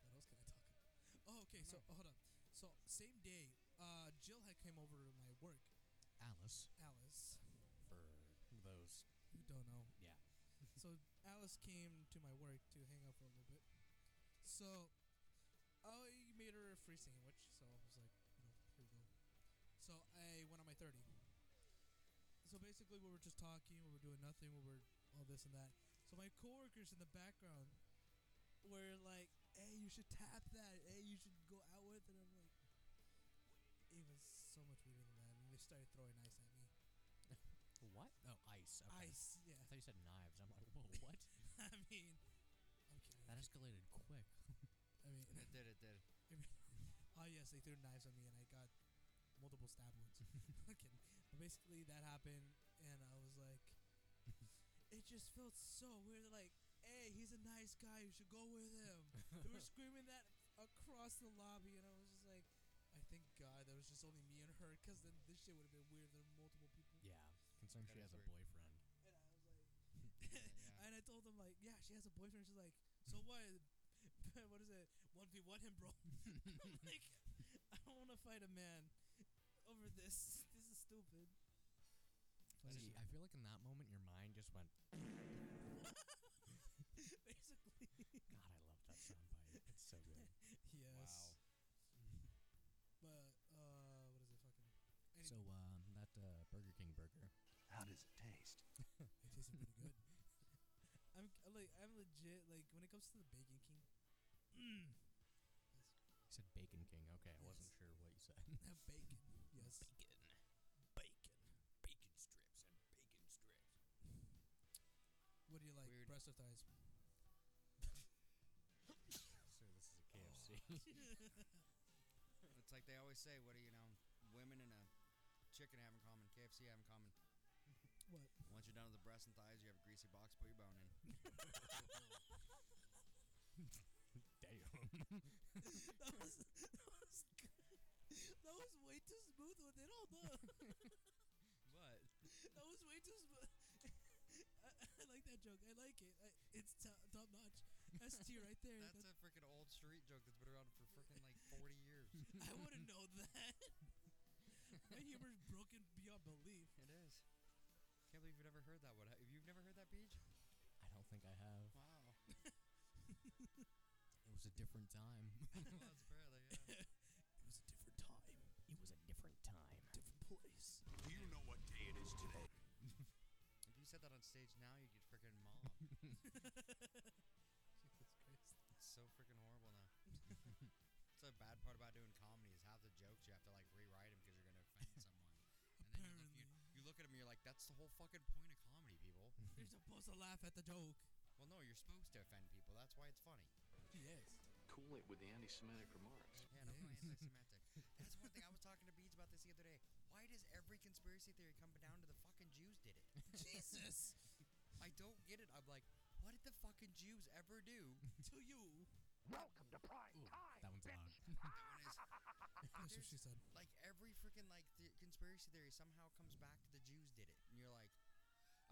Speaker 2: What else can I talk about? Oh, okay. So hold on. So same day, uh, Jill had came over to my work.
Speaker 1: Alice,
Speaker 2: Alice,
Speaker 1: for those.
Speaker 2: you don't know.
Speaker 1: Yeah.
Speaker 2: *laughs* so Alice came to my work to hang out for a little bit. So I made her a free sandwich. So I was like, you know, here we go. So I went on my thirty. So basically, we were just talking. We were doing nothing. We were all this and that. So my coworkers in the background were like, "Hey, you should tap that. Hey, you should go out with." it." And I'm like, it was so much weirder than that. And they started throwing ice at me.
Speaker 1: What? Oh, ice. Okay.
Speaker 2: Ice, yeah.
Speaker 1: I thought you said knives. I'm like,
Speaker 2: *laughs*
Speaker 1: whoa, what?
Speaker 2: I mean, I'm kidding.
Speaker 1: that escalated quick.
Speaker 3: *laughs*
Speaker 2: I mean, *laughs*
Speaker 3: It did. It did.
Speaker 2: oh yes, they threw knives at me, and I got multiple stab wounds. *laughs* I'm kidding. But basically, that happened, and I was like, it just felt so weird. Like, hey, he's a nice guy. You should go with him.
Speaker 1: *laughs*
Speaker 2: they were screaming that across the lobby, and I was just like, I thank God that was just only me and her, because then this shit would have been weird. There were multiple people.
Speaker 1: Yeah. Concerned
Speaker 3: That
Speaker 1: she
Speaker 3: is
Speaker 1: has a
Speaker 3: weird.
Speaker 1: boyfriend.
Speaker 2: And I was like, *laughs* I told him like, yeah, she has a boyfriend. She's like,
Speaker 1: *laughs*
Speaker 2: so what? *laughs* what is it? One v one him, bro. *laughs*
Speaker 1: *laughs*
Speaker 2: I'm like, I don't want to fight a man over this. *laughs* This is stupid.
Speaker 1: See, I feel like in that moment your mind just went.
Speaker 2: Basically,
Speaker 1: God, I love that soundbite. It's so good.
Speaker 2: yes.
Speaker 3: Wow.
Speaker 1: *laughs*
Speaker 2: But uh, what is it? Fucking. *laughs* Any-
Speaker 1: So um, that uh, Burger King burger.
Speaker 5: How does it taste?
Speaker 2: It tasted pretty
Speaker 1: *laughs*
Speaker 2: good. *laughs* I'm c- like I'm legit like when it comes to the Bacon King. *laughs* Mm.
Speaker 1: You said Bacon King. Okay, I wasn't
Speaker 2: Yes.
Speaker 1: sure what you said.
Speaker 2: That bacon.
Speaker 1: Bacon, bacon,
Speaker 2: Yes.
Speaker 1: bacon strips and bacon strips.
Speaker 2: What do you like?
Speaker 3: Weird.
Speaker 2: Breast or thighs?
Speaker 1: So this is a *laughs* KFC.
Speaker 3: It's like they always say, what do you know, women and a chicken have in common, KFC have in common.
Speaker 2: *laughs* What?
Speaker 3: Once you're done with the breasts and thighs, you have a greasy box to put your bone in.
Speaker 2: *laughs*
Speaker 1: Damn.
Speaker 2: that was that was good. That was way too smooth with it all though.
Speaker 3: *laughs* What?
Speaker 2: that was way too smooth. I, I like that joke. I like it. I, it's top, top notch. That's
Speaker 1: *laughs*
Speaker 2: tier right there.
Speaker 3: That's a freaking old street joke that's been around for freaking like 40 years.
Speaker 2: That's- I wouldn't know that. My humor's broken beyond belief.
Speaker 3: it is. Can't believe you've never heard that one. Have you never heard that, Peach?
Speaker 1: I don't think I have.
Speaker 3: *laughs* Wow.
Speaker 1: It was a different
Speaker 2: *laughs*
Speaker 1: time. *laughs*
Speaker 3: well, that's fairly, yeah.
Speaker 2: It was a different time,
Speaker 1: It was a different time.
Speaker 2: different place.
Speaker 3: If you said that on stage now, you get freaking mobbed.
Speaker 2: Jesus Christ.
Speaker 3: It's so freaking horrible *laughs* now. That's the bad part about doing comedy is half the jokes you have to like rewrite them because you're gonna offend someone. And then you look, you, you look at them and you're like, that's the whole fucking point of comedy, people.
Speaker 2: *laughs* You're supposed to laugh at the joke.
Speaker 3: well, no, you're supposed to offend people. That's why it's funny.
Speaker 2: Yes.
Speaker 7: Cool it with the anti-Semitic remarks.
Speaker 3: Yeah, no
Speaker 2: *laughs*
Speaker 3: more anti-Semitic. That's one thing I was talking to Beats about this the other day. Why does every conspiracy theory come down to the fucking Jews did it?
Speaker 2: Jesus.
Speaker 3: I don't get it. I'm like, what did the fucking Jews ever
Speaker 2: *laughs*
Speaker 3: do?
Speaker 2: to you.
Speaker 5: Welcome to prime time.
Speaker 1: That one's
Speaker 2: *laughs*
Speaker 1: loud.
Speaker 3: That one is
Speaker 2: That's what she said.
Speaker 3: like every freaking like the conspiracy theory somehow comes back to the Jews did it, and you're like,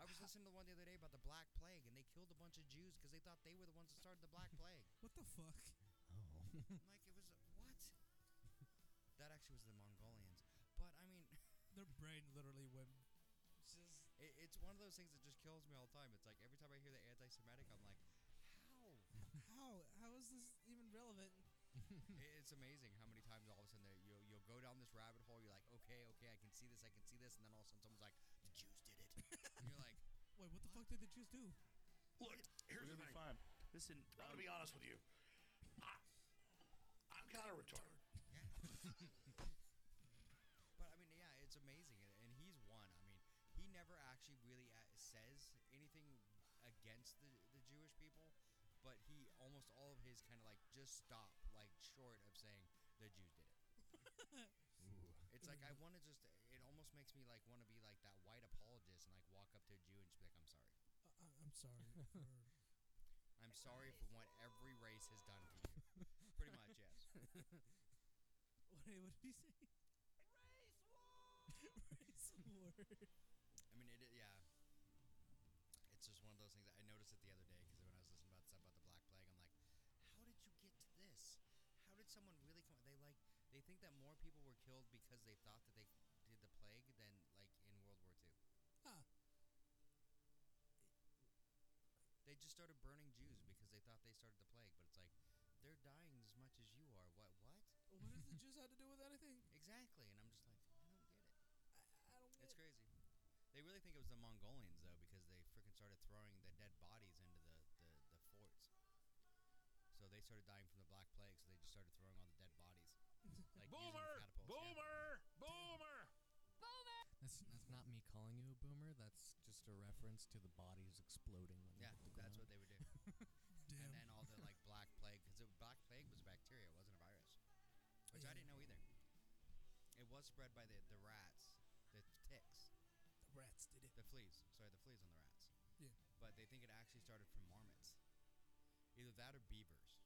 Speaker 3: I was listening to one the other day about the Black Plague, and they killed a bunch of Jews because they thought they were the ones that started the Black Plague.
Speaker 2: What the fuck?
Speaker 1: Oh. *laughs*
Speaker 3: I'm like it was what? *laughs* That actually was the Mongolians, but I mean, *laughs*
Speaker 2: Their brain literally went. Just
Speaker 3: it, it's one of those things that just kills me all the time. It's like every time I hear the anti-Semitic, I'm like, how?
Speaker 2: how? How is this even relevant?
Speaker 3: It- it's amazing how many times all of a sudden that you'll you'll go down this rabbit hole. You're like, okay, okay, I can see this, I can see this, and then all of a sudden someone's like, the Jews did it. *laughs* and you're like,
Speaker 2: Wait, what the fuck did the Jews do?
Speaker 8: Look, here's the thing. um,
Speaker 7: fine. Listen,
Speaker 8: I'm gonna be honest with you. I, I'm kind of retarded.
Speaker 3: But I mean, yeah, it's amazing, and, and he's one. I mean, he never actually really uh, says anything against the, the Jewish people, but he almost all of his kind of like just stop like short of saying the Jews did it. It's like I want to just. It almost makes me like want to be like that white apologist and like walk up to a Jew and just be like, "I'm sorry,
Speaker 2: I, I- Uh, I'm *laughs* sorry.
Speaker 3: I'm sorry
Speaker 2: For,
Speaker 3: for what every race has done to you." Pretty much, yes.
Speaker 2: what, did- what did *laughs* he say? Race war.
Speaker 3: I mean, it, yeah. It's just one of those things. I noticed it the other day because when I was listening about stuff about the Black Plague, I'm like, how did you get to this? How did someone really come? They like they think that more people were killed because they thought that they did the plague than like in World War Two.
Speaker 2: Huh.
Speaker 3: They just started burning Jews because they thought they started the plague, but it's like they're dying as much as you are. What? What?
Speaker 2: What does the Jews have to do with anything?
Speaker 3: Exactly. And I'm just like, I don't get it.
Speaker 2: I, I don't get
Speaker 3: It's
Speaker 2: it.
Speaker 3: crazy. They really think it was the Mongolians though, because they freaking started throwing the dead bodies into the, the, the forts. So they started dying from the Black Plague, so they just started throwing all the dead bodies. Like using the catapults, yeah.
Speaker 8: Boomer!
Speaker 1: That's that's not me calling you a boomer. That's just a reference to the bodies exploding. When
Speaker 3: Yeah,
Speaker 1: they hit the
Speaker 3: that's what
Speaker 1: ground.
Speaker 3: they would do.
Speaker 2: Damn.
Speaker 3: And then all the like Black Plague, because Black Plague was a bacteria, it wasn't a virus, which
Speaker 2: Yeah.
Speaker 3: I didn't know either. It was spread by the, the rats, the ticks,
Speaker 2: the rats did *laughs* it.
Speaker 3: the fleas. Sorry, the fleas on the rats.
Speaker 2: Yeah.
Speaker 3: But they think it actually started from marmots. Either that or beavers.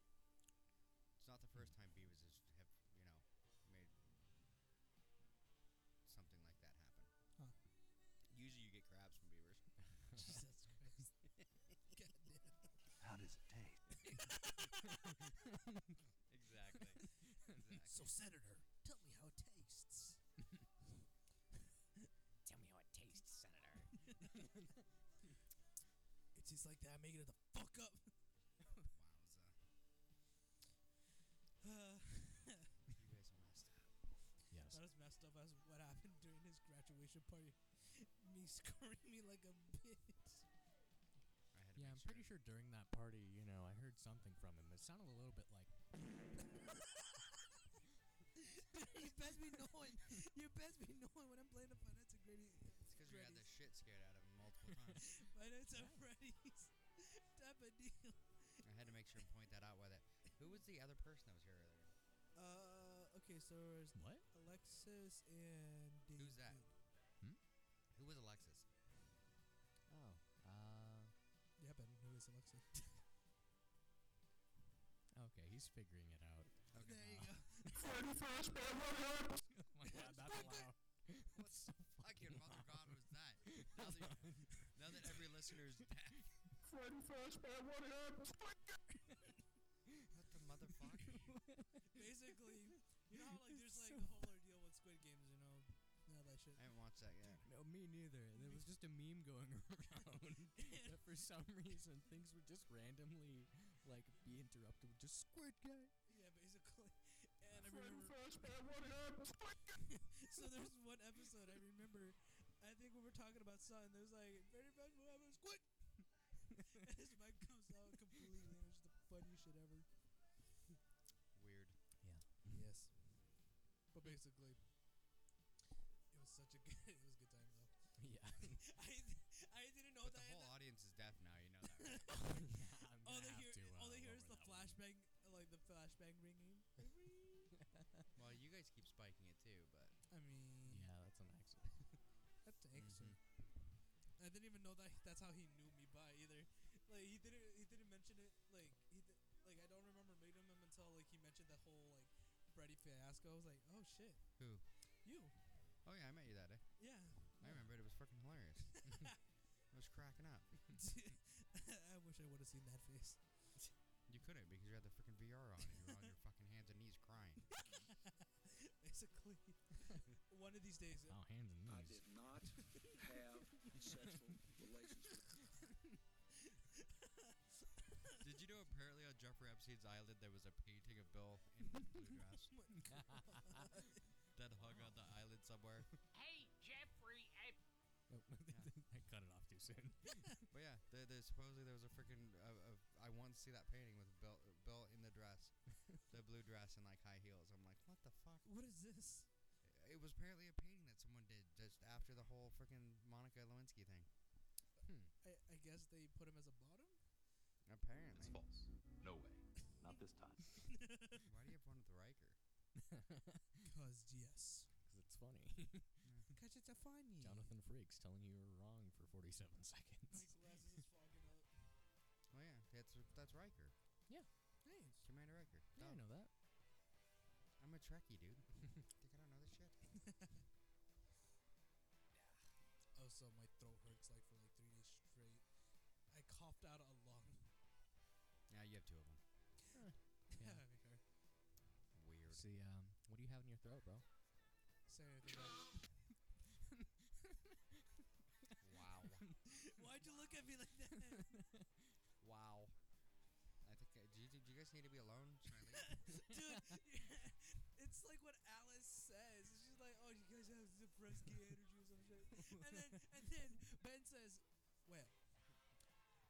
Speaker 3: It's not the first
Speaker 1: Hmm.
Speaker 3: time beavers has, have, you know, made something like that happen.
Speaker 2: Huh.
Speaker 3: *laughs* Usually you get crabs from beavers.
Speaker 2: *laughs* Jesus Christ. God jokes like that, making it the fuck up. *laughs*
Speaker 3: Wowza.
Speaker 2: Uh,
Speaker 3: uh, You guys are messed up.
Speaker 1: Yes.
Speaker 2: not as messed up as what happened during his graduation party. *laughs* Me screaming like a bitch.
Speaker 3: I had to
Speaker 1: Yeah,
Speaker 3: make
Speaker 1: I'm pretty sure during that party, you know, I heard something from him. It sounded a little bit like
Speaker 2: *laughs* you best be knowing. You best be knowing when I'm playing the Finance at Grady's.
Speaker 3: It's because you had the shit scared out of him multiple times.
Speaker 1: *laughs*
Speaker 2: Finance at Freddy's type of deal.
Speaker 3: I had to make sure and point that out. Why that? Who was the other person that was here earlier?
Speaker 2: Uh, okay, so there's
Speaker 1: what?
Speaker 2: Alexis and David.
Speaker 3: Who's that? Who was Alexis?
Speaker 1: Oh, uh,
Speaker 2: Yeah, Ben, who is Alexis?
Speaker 1: okay, he's figuring it out.
Speaker 3: *laughs* Okay.
Speaker 2: There you
Speaker 3: *laughs*
Speaker 1: Uh,
Speaker 2: go.
Speaker 1: *laughs* oh my god, that's *laughs* loud.
Speaker 3: What
Speaker 1: It's so
Speaker 3: Fucking *laughs* mother
Speaker 1: loud.
Speaker 3: god was that? Now that, *laughs*
Speaker 1: *laughs*
Speaker 3: now that every listener is deaf. What the motherfucker?
Speaker 2: Basically, you know how like there's like
Speaker 1: So
Speaker 2: the whole ordeal with Squid Games, you know, and all that shit.
Speaker 3: I haven't watched that yet.
Speaker 1: No, me neither. There was just a meme going *laughs* around
Speaker 2: *laughs*
Speaker 1: that for some reason things would just randomly like be interrupted with just squirt guy.
Speaker 2: Yeah, basically. And I remember. so there's one episode I remember. I think we were talking about something. There's like very fast moving squid. *laughs* and his mic comes out completely, and it's the funniest shit ever.
Speaker 3: Weird.
Speaker 2: Yes. But basically, it was such a good. *laughs* It was a good time
Speaker 1: *laughs*
Speaker 2: though.
Speaker 1: *laughs* Yeah.
Speaker 2: I d- I didn't know
Speaker 3: But
Speaker 2: that.
Speaker 3: the
Speaker 2: I had
Speaker 3: whole
Speaker 2: that-
Speaker 3: audience is deaf now, you know that. Right?
Speaker 1: I'm
Speaker 2: all
Speaker 1: gonna
Speaker 2: they
Speaker 1: have
Speaker 2: hear,
Speaker 1: to, uh,
Speaker 2: all they
Speaker 1: lower
Speaker 2: hear *laughs* is the
Speaker 1: that one.
Speaker 2: flashbang, like the flashbang ringing.
Speaker 3: well, you guys keep spiking it too, but
Speaker 2: I
Speaker 1: Yeah,
Speaker 2: mean,
Speaker 1: Mm-hmm. that's an *laughs* accident.
Speaker 2: *laughs* That's excellent. I didn't even know that that's how he knew me by either. Like he didn't he didn't mention it like he di- like I don't remember meeting him until like he mentioned that whole like Freddy fiasco. I was like, oh shit,
Speaker 3: who?
Speaker 2: you?
Speaker 3: Oh yeah, I met you that
Speaker 1: *laughs*
Speaker 3: day.
Speaker 2: Yeah,
Speaker 3: I
Speaker 2: *laughs*
Speaker 3: remember it. It was fucking *laughs* hilarious. I was cracking up.
Speaker 2: I wish I would have seen that face. *laughs*
Speaker 3: You couldn't because you had the freaking VR on. and You were on your fucking hands and knees crying.
Speaker 1: *laughs*
Speaker 2: Basically, one of these days.
Speaker 1: Oh, hands and
Speaker 4: I
Speaker 1: knees.
Speaker 4: did not have sexual relations with
Speaker 3: Did you know apparently on Jeffrey Epstein's island there was a painting of Bill in blue *laughs* dress that hung on the island somewhere?
Speaker 6: Hey, Jeffrey Epstein.
Speaker 1: *laughs* Oh, I cut it off too soon. *laughs*
Speaker 3: But yeah, there, there, supposedly there was a freaking. Uh, uh, I want to see that painting with Bill, Bill in the *laughs* dress, the blue dress and like high heels. I'm like, what the fuck?
Speaker 2: What is this?
Speaker 3: It was apparently a painting that someone did just after the whole freaking Monica Lewinsky thing.
Speaker 2: I, I guess they put him as a bottom.
Speaker 3: Apparently,
Speaker 7: It's false. No way. Not this time.
Speaker 3: why do you have one with Riker?
Speaker 2: Cause yes,
Speaker 1: Because it's funny. *laughs*
Speaker 2: *laughs* cause it's a funny.
Speaker 1: Jonathan Frakes telling you you were wrong for 47
Speaker 2: My
Speaker 1: *laughs* seconds.
Speaker 2: glasses is fogging up.
Speaker 3: Oh yeah, that's that's Riker,
Speaker 2: Nice.
Speaker 3: Commander Riker.
Speaker 1: Yeah, I
Speaker 3: Done.
Speaker 1: know that.
Speaker 3: I'm a Trekkie, *laughs* dude. Think I don't know this shit?
Speaker 2: Also, Oh, my throat hurts like for like three days straight. I coughed out a lung.
Speaker 3: Yeah, you have two of them.
Speaker 2: *laughs*
Speaker 1: Yeah.
Speaker 3: Weird.
Speaker 1: See, um, what do you have in your throat,
Speaker 2: *laughs*
Speaker 1: bro?
Speaker 2: Say anything about-
Speaker 3: *laughs* Wow.
Speaker 2: *laughs* Why'd you look at me like that? *laughs*
Speaker 3: wow. *laughs* I think. Uh, do, you, do you guys need to be alone? Should I *laughs* leave?
Speaker 2: Dude, *laughs* it's like what Alice says. She's like, oh, you guys have suppressed gay energy or some shit. And then, and then Ben says, well,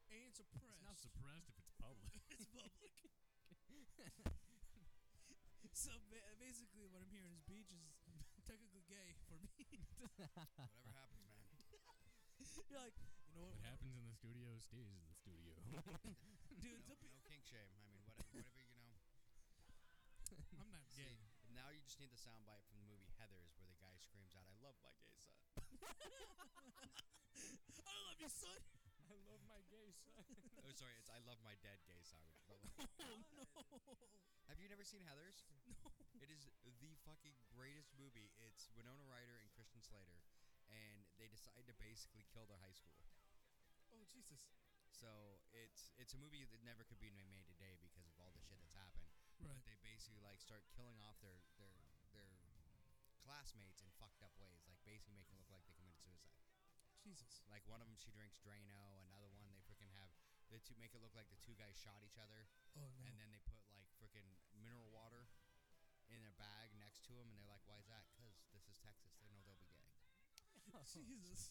Speaker 2: ain't suppressed.
Speaker 1: surprised if it's public.
Speaker 2: *laughs* it's public. so ba- basically, what I'm hearing is Beach is technically gay for me. *laughs*
Speaker 3: Whatever happens, man.
Speaker 2: You're like, you know what?
Speaker 1: What happens in the studio stays in the
Speaker 2: *laughs*
Speaker 1: studio. *laughs*
Speaker 2: Dude,
Speaker 3: No,
Speaker 2: don't be- *laughs*
Speaker 3: no kink shame. I mean, whatever, whatever you know.
Speaker 2: *laughs* I'm not
Speaker 3: See, now you just need the soundbite from the movie Heather's, where the guy screams out, "I love my gay
Speaker 2: *laughs*
Speaker 3: son."
Speaker 2: I love you, son.
Speaker 1: I love my gay son.
Speaker 3: oh, sorry, it's "I love my dead gay son." which is probably-
Speaker 2: *laughs* Oh no.
Speaker 3: Have you never seen Heather's? No. It is the fucking greatest movie. It's Winona Ryder and Christian Slater, and they decide to basically kill their high school.
Speaker 2: Oh Jesus.
Speaker 3: So it's it's a movie that never could be made today because of all the shit that's happened.
Speaker 2: Right.
Speaker 3: They basically like start killing off their their their classmates in fucked up ways, like basically making it look like they committed suicide.
Speaker 2: Jesus.
Speaker 3: Like one of them, she drinks Drano. Another one, they freaking have the two make it look like the two guys shot each other,
Speaker 2: Oh no.
Speaker 3: and then they put like freaking mineral water in their bag next to them, and they're like, "Why is that? Because this is Texas. They know they'll be gay."
Speaker 2: *laughs* Jesus.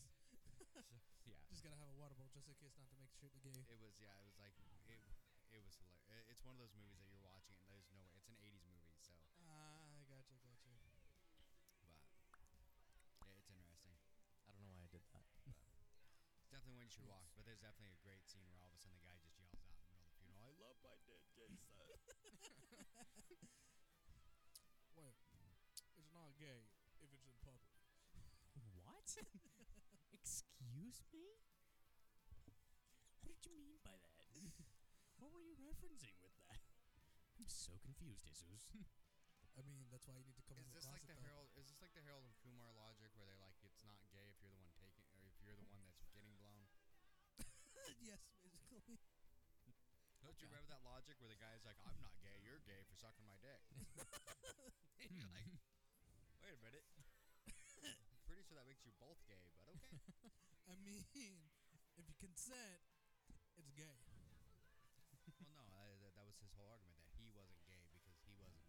Speaker 3: yeah,
Speaker 2: Just gotta have a water bowl just in case not to make shit gay.
Speaker 3: it was. Yeah, it was like it. It was hilarious. It's one of those movies that you're watching, and there's no way. It's an '80s movie, so
Speaker 2: Ah, I gotcha, gotcha.
Speaker 3: but yeah, it's interesting.
Speaker 1: I don't know why I did that.
Speaker 3: It's definitely one you should watch. But there's definitely a great scene where all of a sudden the guy just yells out in the middle of the funeral, "I love my dead gay son."
Speaker 2: Wait, it's not gay if it's in public.
Speaker 1: What? *laughs* Excuse me? What did you mean by that? *laughs* what were you referencing with that? I'm so confused, *laughs* Jesus.
Speaker 2: I mean, that's why you need to come
Speaker 3: Is
Speaker 2: out of
Speaker 3: this
Speaker 2: the
Speaker 3: like
Speaker 2: closet.
Speaker 3: the
Speaker 2: though.
Speaker 3: Harold? Is this like the Harold and Kumar logic where they're like, it's not gay if you're the one taking, or if you're the one that's getting blown?
Speaker 2: *laughs* yes, basically.
Speaker 3: Don't you remember that logic where the guy's like, I'm not gay, you're gay for sucking my dick?
Speaker 1: *laughs*
Speaker 3: and you're like, wait a minute. I'm pretty sure that makes you both gay, but okay.
Speaker 2: I mean, if you consent, it's gay.
Speaker 3: well, no, I, that, that was his whole argument that he wasn't gay because he wasn't.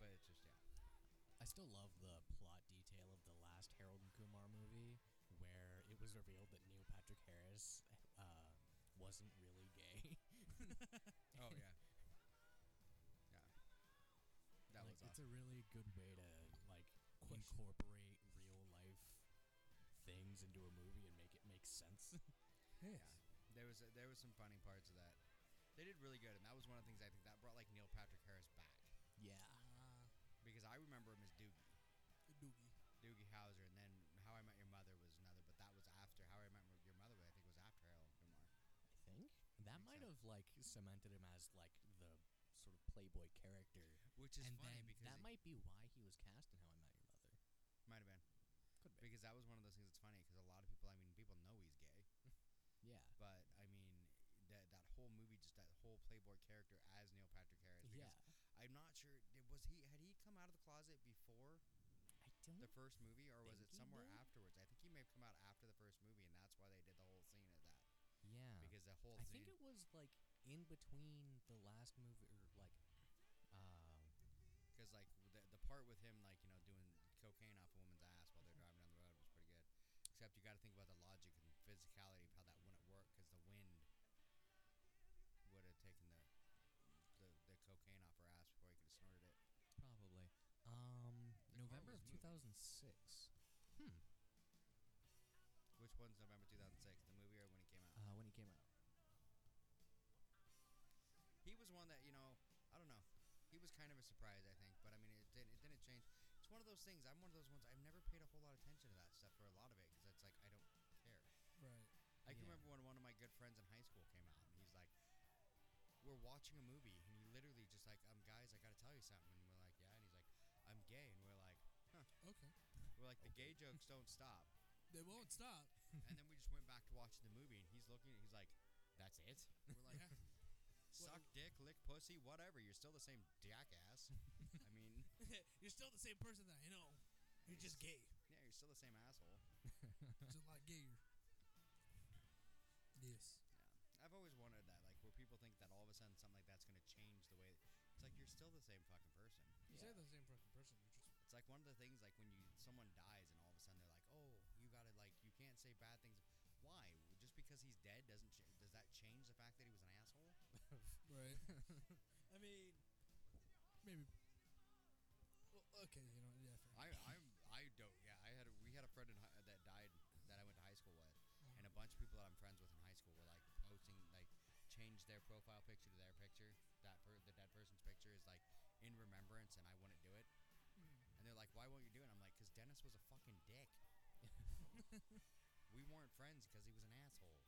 Speaker 3: But it's just yeah.
Speaker 1: I still love the plot detail of the last Harold and Kumar movie where it was revealed that Neil Patrick Harris uh, wasn't really gay.
Speaker 3: Oh
Speaker 1: *laughs*
Speaker 3: yeah. yeah.
Speaker 1: *laughs* like,
Speaker 3: That was awesome.
Speaker 1: it's a really good way to like incorporate real life things into a movie and make it make sense. *laughs*
Speaker 2: Yes.
Speaker 3: There was there was some funny parts of that. They did really good, and that was one of the things I think that brought like Neil Patrick Harris back
Speaker 1: yeah.
Speaker 2: Ah,
Speaker 3: because I remember him as Doogie,
Speaker 2: a doogie.
Speaker 3: Doogie Howser, and then How I Met Your Mother was another, but that was after How I Met Your Mother. I think was after Harold and Kumar.
Speaker 1: I think that
Speaker 3: Think
Speaker 1: might
Speaker 3: so.
Speaker 1: have like cemented him as like the sort of playboy character,
Speaker 3: Which is
Speaker 1: and
Speaker 3: funny
Speaker 1: then
Speaker 3: because
Speaker 1: that
Speaker 3: it
Speaker 1: might be why he was cast in How I Met Your Mother.
Speaker 3: might have been
Speaker 1: Could be.
Speaker 3: because that was one of those things that's funny because a lot of people, I mean, people know he's gay,
Speaker 1: Yeah,
Speaker 3: but I mean that that whole movie, just that whole Playboy character as Neil Patrick Harris.
Speaker 1: yeah.
Speaker 3: Because I'm not sure. Did, was he had he come out of the closet before
Speaker 1: I don't.
Speaker 3: the first movie, or was
Speaker 1: think
Speaker 3: it
Speaker 1: he
Speaker 3: somewhere
Speaker 1: did.
Speaker 3: afterwards? I think he may have come out after the first movie, and that's why they did the whole scene of that
Speaker 1: yeah,
Speaker 3: because the whole
Speaker 1: I
Speaker 3: scene.
Speaker 1: think it was like in between the last movie or like. Uh,
Speaker 3: because like the, the part with him like you know doing cocaine off a woman's ass while they're driving down the road was pretty good except you got to think about the logic and physicality of how that wouldn't work because the wind would have taken the, the the cocaine off her ass before he could have snorted it
Speaker 1: Probably. Um,
Speaker 3: The
Speaker 1: November
Speaker 3: Carlos
Speaker 1: of 2006.
Speaker 3: movie.
Speaker 1: Hmm.
Speaker 3: which one's november 2006 the movie or when it came out
Speaker 1: Uh, when he
Speaker 3: *laughs*
Speaker 1: came out.
Speaker 3: he was one that you know i don't know he was kind of a surprise i think but i mean it didn't, it didn't change it's one of those things i'm one of those ones i've never paid a whole lot of attention to that stuff for a lot of it because it's like i don't care
Speaker 2: Right.
Speaker 3: I can
Speaker 1: Yeah.
Speaker 3: remember when one of my good friends in high school came out and he's like, We're watching a movie and he literally just like, um guys, I gotta tell you something and we're like, Yeah and he's like, I'm gay and we're like
Speaker 2: Okay.
Speaker 3: we're like the gay jokes don't stop
Speaker 2: They won't stop. *laughs*
Speaker 3: and then we just went back to watching the movie and he's looking he's like, That's it? We're like
Speaker 2: Yeah.
Speaker 3: *laughs* Suck dick, lick pussy, whatever, you're still the same *laughs* jackass. I mean
Speaker 2: You're still the same person that I know. You're just gay.
Speaker 3: yeah, you're still the same asshole.
Speaker 2: just a lot gayer. Yes.
Speaker 3: I've always wondered that, like where people think that all of a sudden something like that's gonna change the way it's like you're still the same fucking person.
Speaker 2: You say the same fucking person. You're just
Speaker 3: It's like one of the things like when you someone dies and all of a sudden they're like, "Oh, you got to like you can't say bad things." Why? Just because he's dead doesn't ch- does that change the fact that he was an asshole?
Speaker 2: Right. *laughs* I mean, maybe. Well, okay, you know, yeah. fair.
Speaker 3: I I'm I don't. Yeah, I had a, we had a friend in hi- that died that I went to high school with, and a bunch of people that I'm friends with in high school were like posting like changed their profile picture to their picture that per- the dead person's picture is like in remembrance, and I wouldn't do it. And they're like, "Why won't you do it?" I'm like, "Cause Dennis was a fucking dick. *laughs* we weren't friends because he was an asshole."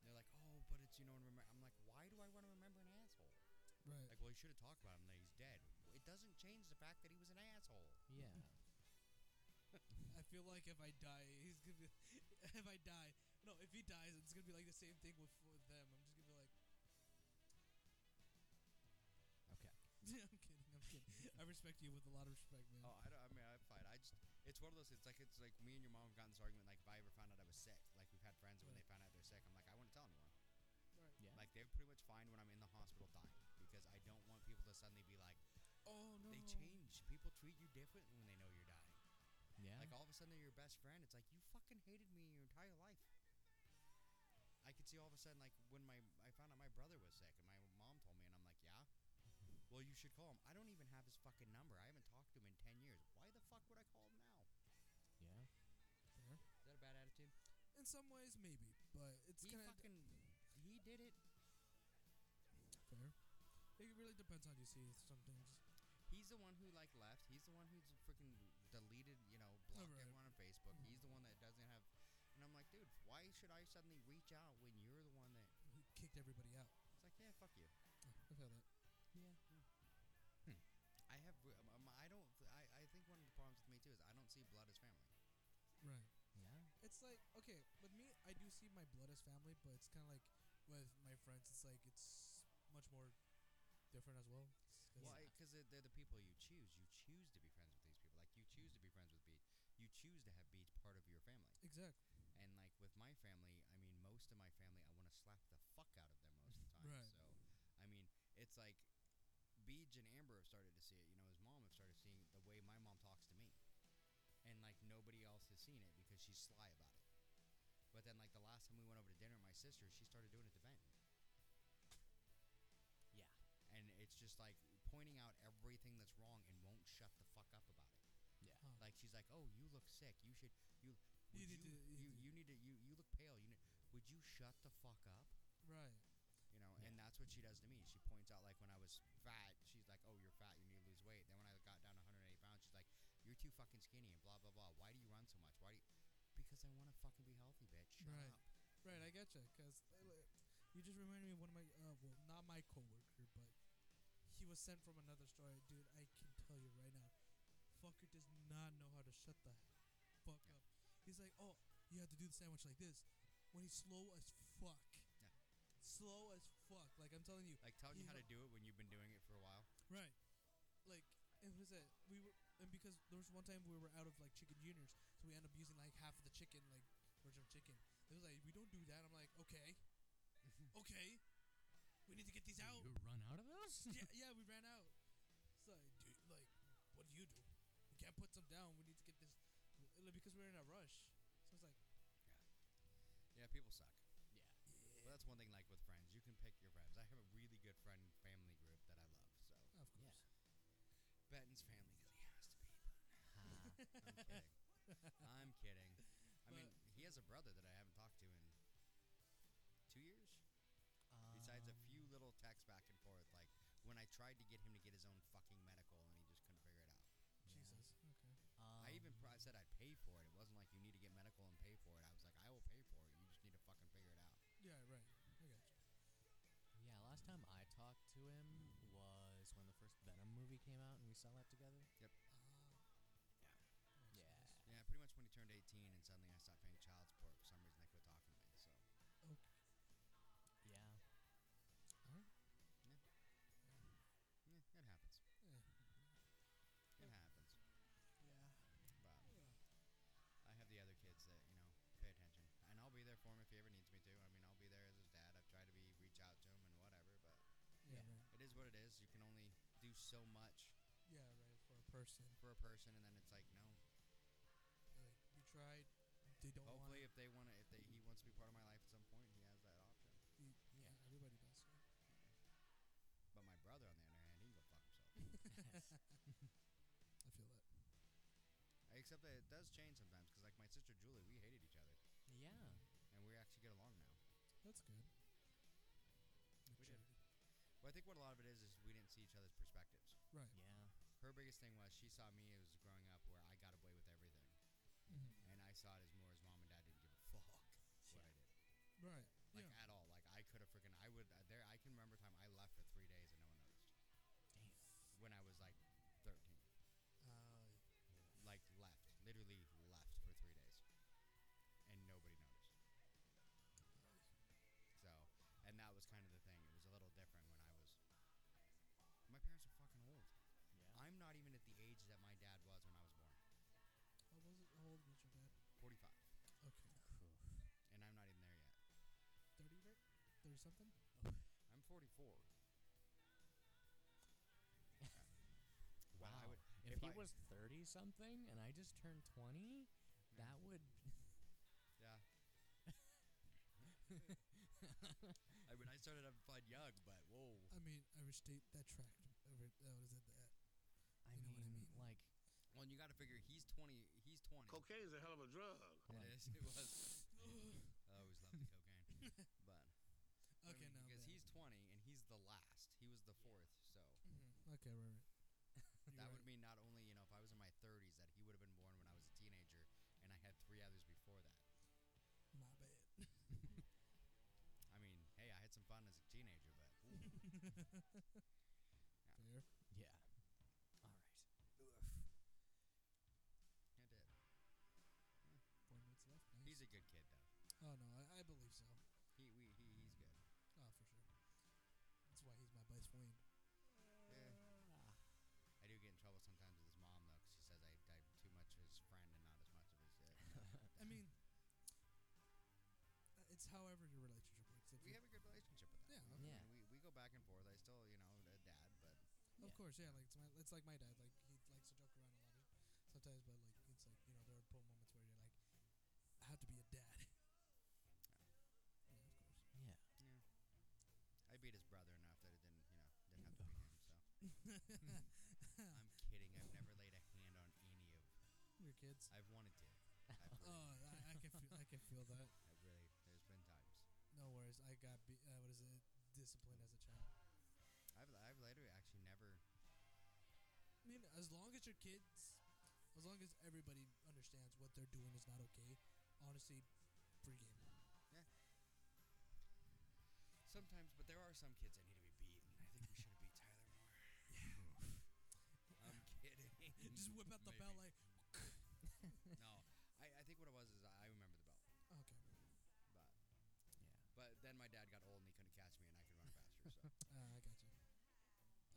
Speaker 3: And they're like, "Oh, but it's you know." And remember, I'm like, "Why do I want to remember an asshole?"
Speaker 2: Right.
Speaker 3: Like, well, you should have talked about him. That he's dead. It doesn't change the fact that he was an asshole.
Speaker 1: Yeah.
Speaker 2: I feel like if I die, *laughs* he's gonna be. If I die, no, if he dies, it's gonna be like the same thing with, with them. I'm just gonna be like,
Speaker 1: Okay.
Speaker 2: *laughs* I'm kidding, I'm kidding. I respect you with a lot of respect, man.
Speaker 3: Oh, I don't. I mean, I'm fine. I just. It's one of those. It's like it's like me and your mom have gotten this argument. Like, if I ever found out I was sick, like we've had friends when they found out they're sick, I'm like, I wouldn't tell anyone.
Speaker 2: Right.
Speaker 3: pretty much fine when I'm in the hospital dying because I don't want people to suddenly be like,
Speaker 2: Oh no.
Speaker 3: they change. People treat you different when they know you're dying.
Speaker 1: Yeah.
Speaker 3: Like all of a sudden, they're your best friend. It's like you fucking hated me your entire life. I could see all of a sudden, like when my I found out my brother was sick, and my mom told me, and I'm like, yeah. Well, you should call him. I don't even have his fucking number. I haven't talked to him in ten years. Why the fuck would I call him now?
Speaker 1: yeah.
Speaker 3: Is that a bad attitude?
Speaker 2: In some ways, maybe, but it's
Speaker 3: he
Speaker 2: kind of
Speaker 3: fucking he did it.
Speaker 2: fair. It really depends on you see some things.
Speaker 3: He's the one who like left. He's the one who's freaking deleted. You know, blocked
Speaker 2: Right.
Speaker 3: everyone on Facebook. He's the one that doesn't have. And I'm like, dude, why should I suddenly reach out when you're the one that?
Speaker 2: Who kicked everybody out?
Speaker 3: It's like, yeah, fuck you.
Speaker 2: Oh, I feel that.
Speaker 3: I have. re- Um, um, I don't. I, I think one of the problems with me too is I don't see blood as family.
Speaker 2: Right.
Speaker 1: Yeah.
Speaker 2: It's like okay, with me, I do see my blood as family, but it's kind of like with my friends, it's like it's much more different as well. It's 'cause-
Speaker 3: Why? Because they're, they're the people you choose. You choose to be friends with these people. Like you choose to be friends with Beach. You choose to have Beach part of your family.
Speaker 2: Exactly.
Speaker 3: And like with my family, I mean, most of my family, I want to slap the fuck out of them most of the time.
Speaker 2: Right.
Speaker 3: So, I mean, it's like Beach and Amber have started to see it. You know, his mom have started seeing the way my mom talks to me, and like nobody else has seen it because she's sly about it. But then, like the last time we went over to dinner, with my sister, she started doing it to Benton.
Speaker 1: Yeah.
Speaker 3: and it's just like pointing out everything that's wrong and won't shut the fuck up about it.
Speaker 1: Yeah.
Speaker 2: Huh.
Speaker 3: Like she's like, "Oh, you look sick. You should you
Speaker 2: You
Speaker 3: would
Speaker 2: need
Speaker 3: you
Speaker 2: to-
Speaker 3: you,
Speaker 2: you
Speaker 3: you,
Speaker 2: need
Speaker 3: need to
Speaker 2: to-
Speaker 3: you you look pale. You need, would you shut the fuck up?"
Speaker 2: Right.
Speaker 3: You know, and that's what she does to me. She points out like when I was fat, she's like, "Oh, you're fat. You need to lose weight." Then when I got down to 180 pounds, she's like, "You're too fucking skinny." And blah blah blah. Why do you run so much? Why do you? Because I want to fucking be healthy, bitch. Shut
Speaker 2: Right.
Speaker 3: up.
Speaker 2: Right, I getcha, 'cause Cause you just reminded me of one of my, uh, well, not my coworker, but he was sent from another store. Dude, I can tell you right now, fucker does not know how to shut the fuck up. He's like, oh, you have to do the sandwich like this. When he's slow as fuck,
Speaker 3: Yeah.
Speaker 2: slow as fuck. Like I'm telling you,
Speaker 3: Like telling you
Speaker 2: You
Speaker 3: how
Speaker 2: know-
Speaker 3: to do it when you've been doing it for a while.
Speaker 2: Right. Like, and what is it? We were, and because there was one time we were out of like chicken juniors, so we ended up using like half of the chicken, like version of chicken. It was like we don't do that. I'm like, okay, okay, we need to get these out.
Speaker 1: You run out of those?
Speaker 2: *laughs*
Speaker 1: *laughs*
Speaker 2: yeah, yeah, we ran out. It's like, dude, like, what do you do? We can't put some down. We need to get this like, because we're in a rush. So it's like,
Speaker 3: Yeah, people suck.
Speaker 2: yeah,
Speaker 3: Well, that's one thing. Like with friends, you can pick your friends. I have a really good friend family group that I love. So
Speaker 2: of course.
Speaker 3: Benton's family because he has to be. But I'm kidding. I'm kidding. I mean, he has a brother that I haven't talked to in two years. *laughs* Besides
Speaker 1: Ah.
Speaker 3: a few little texts back and forth, like when I tried to get him to get his own fucking medical and he just couldn't figure it out.
Speaker 1: Uh,
Speaker 2: Jesus. Okay.
Speaker 1: Um,
Speaker 3: I even pr- I said I'd pay for it. It wasn't like you need to get medical and pay for it. I was like, I will pay for it. You just need to fucking figure it out.
Speaker 2: Yeah, right. I got you.
Speaker 1: Yeah, last time I talked to him was when the first Venom movie came out and we saw that together.
Speaker 2: Uh, Ah.
Speaker 1: Yeah.
Speaker 3: Yeah, pretty much when he turned 18 and suddenly I stopped paying child support for some reason they quit talking to me. So
Speaker 1: Yeah.
Speaker 3: yeah, eh, it happens.
Speaker 2: Yeah.
Speaker 3: It happens. But I
Speaker 2: Yeah.
Speaker 3: have the other kids that, you know, pay attention. And I'll be there for him if he ever needs me to. I mean, I'll be there as his dad. I've tried to be reach out to him and whatever, but
Speaker 2: Yeah. Right.
Speaker 3: it is what it is. You can only do so much
Speaker 2: Yeah, right. For a person,
Speaker 3: for a person and then it's like, no.
Speaker 2: like you tried, they don't.
Speaker 3: Hopefully
Speaker 2: want
Speaker 3: if they want to if they, he wants to be part of my life at some point, he has that option.
Speaker 2: yeah, everybody does. *laughs*
Speaker 3: But my brother on the other hand, he can go fuck himself.
Speaker 2: I feel that.
Speaker 3: Except that it does change sometimes cuz like my sister Julie, we hated each other
Speaker 1: Yeah.
Speaker 3: and we actually get along now.
Speaker 2: That's good.
Speaker 3: We did. Well, I think what a lot of it is is we didn't see each other's perspectives.
Speaker 2: Right.
Speaker 1: Yeah.
Speaker 3: her biggest thing was she saw me as growing up where I got away with everything, and I saw it as more as mom and dad didn't give a fuck *laughs* what I did,
Speaker 2: Right.
Speaker 3: like at
Speaker 2: yeah.
Speaker 3: all. Like I could have freaking I would uh, there I can remember a time I left for three days and no one noticed
Speaker 1: Damn.
Speaker 3: when I was like thirteen,
Speaker 2: Uh,
Speaker 3: like left literally left for three days, and nobody noticed. So, and that was kind of the thing. It was a little different when I was. My parents are fucking old.
Speaker 1: Yeah.
Speaker 3: I'm not even at the age that my dad was when I was born.
Speaker 2: how was it? How old was your dad?
Speaker 3: Forty-five.
Speaker 2: Okay.
Speaker 3: and I'm not even there yet.
Speaker 2: Thirty, right? Thirty something.
Speaker 3: I'm
Speaker 1: Wow.
Speaker 3: 44. Well, I would-
Speaker 1: if,
Speaker 3: if
Speaker 1: he
Speaker 3: I-
Speaker 1: was 30 something and I just turned 20, that *laughs* would. *laughs*
Speaker 3: Yeah. I mean, I started having fun young, but whoa.
Speaker 2: I mean, Irish date that tracked. Over, that
Speaker 3: *laughs*
Speaker 2: was at that.
Speaker 1: I
Speaker 2: You know
Speaker 1: mean,
Speaker 2: what I mean?
Speaker 1: like.
Speaker 3: Well, and you got to figure he's 20. He's 20.
Speaker 8: Cocaine's a hell of a drug.
Speaker 3: It
Speaker 1: like-
Speaker 3: is. It was.
Speaker 2: *laughs*
Speaker 3: I always loved the cocaine. But
Speaker 2: Okay, now
Speaker 3: because
Speaker 2: that-
Speaker 3: he's 20 and he's the last. He was the fourth, so
Speaker 2: Mhm. Okay, right, right.
Speaker 3: *laughs*
Speaker 2: You're
Speaker 3: that
Speaker 2: right.
Speaker 3: would mean not only you know if I was in my 30s that he would have been born when I was a teenager, and I had three others before that.
Speaker 2: my bad.
Speaker 3: I mean, hey, I had some fun as a teenager, but
Speaker 2: *laughs*
Speaker 3: ooh,
Speaker 1: Yeah.
Speaker 2: Fair.
Speaker 1: All right.
Speaker 3: I did.
Speaker 2: Four minutes left. Nice.
Speaker 3: He's a good kid though.
Speaker 2: oh no, I, I believe so.
Speaker 3: He we he, he's good.
Speaker 2: Oh, for sure. That's why he's my best friend.
Speaker 3: Yeah.
Speaker 1: Ah. *laughs*
Speaker 2: *laughs*
Speaker 3: I do get in trouble sometimes with his mom though, 'cause she says I, I'm too much his friend and not as much of his. Uh,
Speaker 2: I mean, uh, it's however your relationship works. If
Speaker 3: we
Speaker 2: you-
Speaker 3: have a good relationship with that.
Speaker 2: Yeah,
Speaker 3: I mean,
Speaker 1: Yeah.
Speaker 3: we, we go back and forth. I still you know a dad, but
Speaker 2: Of
Speaker 1: Yeah.
Speaker 2: course, yeah. Like it's my, it's like my dad. Like he likes to joke around a lot of, sometimes, but like it's like you know there are pull moments where you're like, I have to be a dad. *laughs* Yeah, of course. *laughs*
Speaker 1: Yeah.
Speaker 3: I beat his brother enough that it didn't you know didn't have to beat him. So. I'm
Speaker 2: *laughs*
Speaker 3: kidding. I've never laid a hand on any of.
Speaker 2: Your kids.
Speaker 3: I've wanted to. I've
Speaker 2: *laughs* Oh,
Speaker 3: really,
Speaker 2: I, I can feel, I can feel that.
Speaker 3: I've really. There's been times.
Speaker 2: No worries. I got be, uh, what is it? Discipline as a child.
Speaker 3: I've I've later actually never.
Speaker 2: I mean, as long as your kids, as long as everybody understands what they're doing is not okay, honestly, free game.
Speaker 3: Sometimes, but there are some kids that need to be beaten. I think we should have beat Tyler more.
Speaker 2: *laughs*
Speaker 3: *laughs* I'm kidding.
Speaker 2: Just whip out the
Speaker 3: *laughs* Maybe.
Speaker 2: bell like, *laughs*
Speaker 3: No, I, I think what it was is I remember the bell,
Speaker 2: okay.
Speaker 3: but but then my dad got old and he couldn't catch me and I could run faster. So
Speaker 2: Uh, I got you.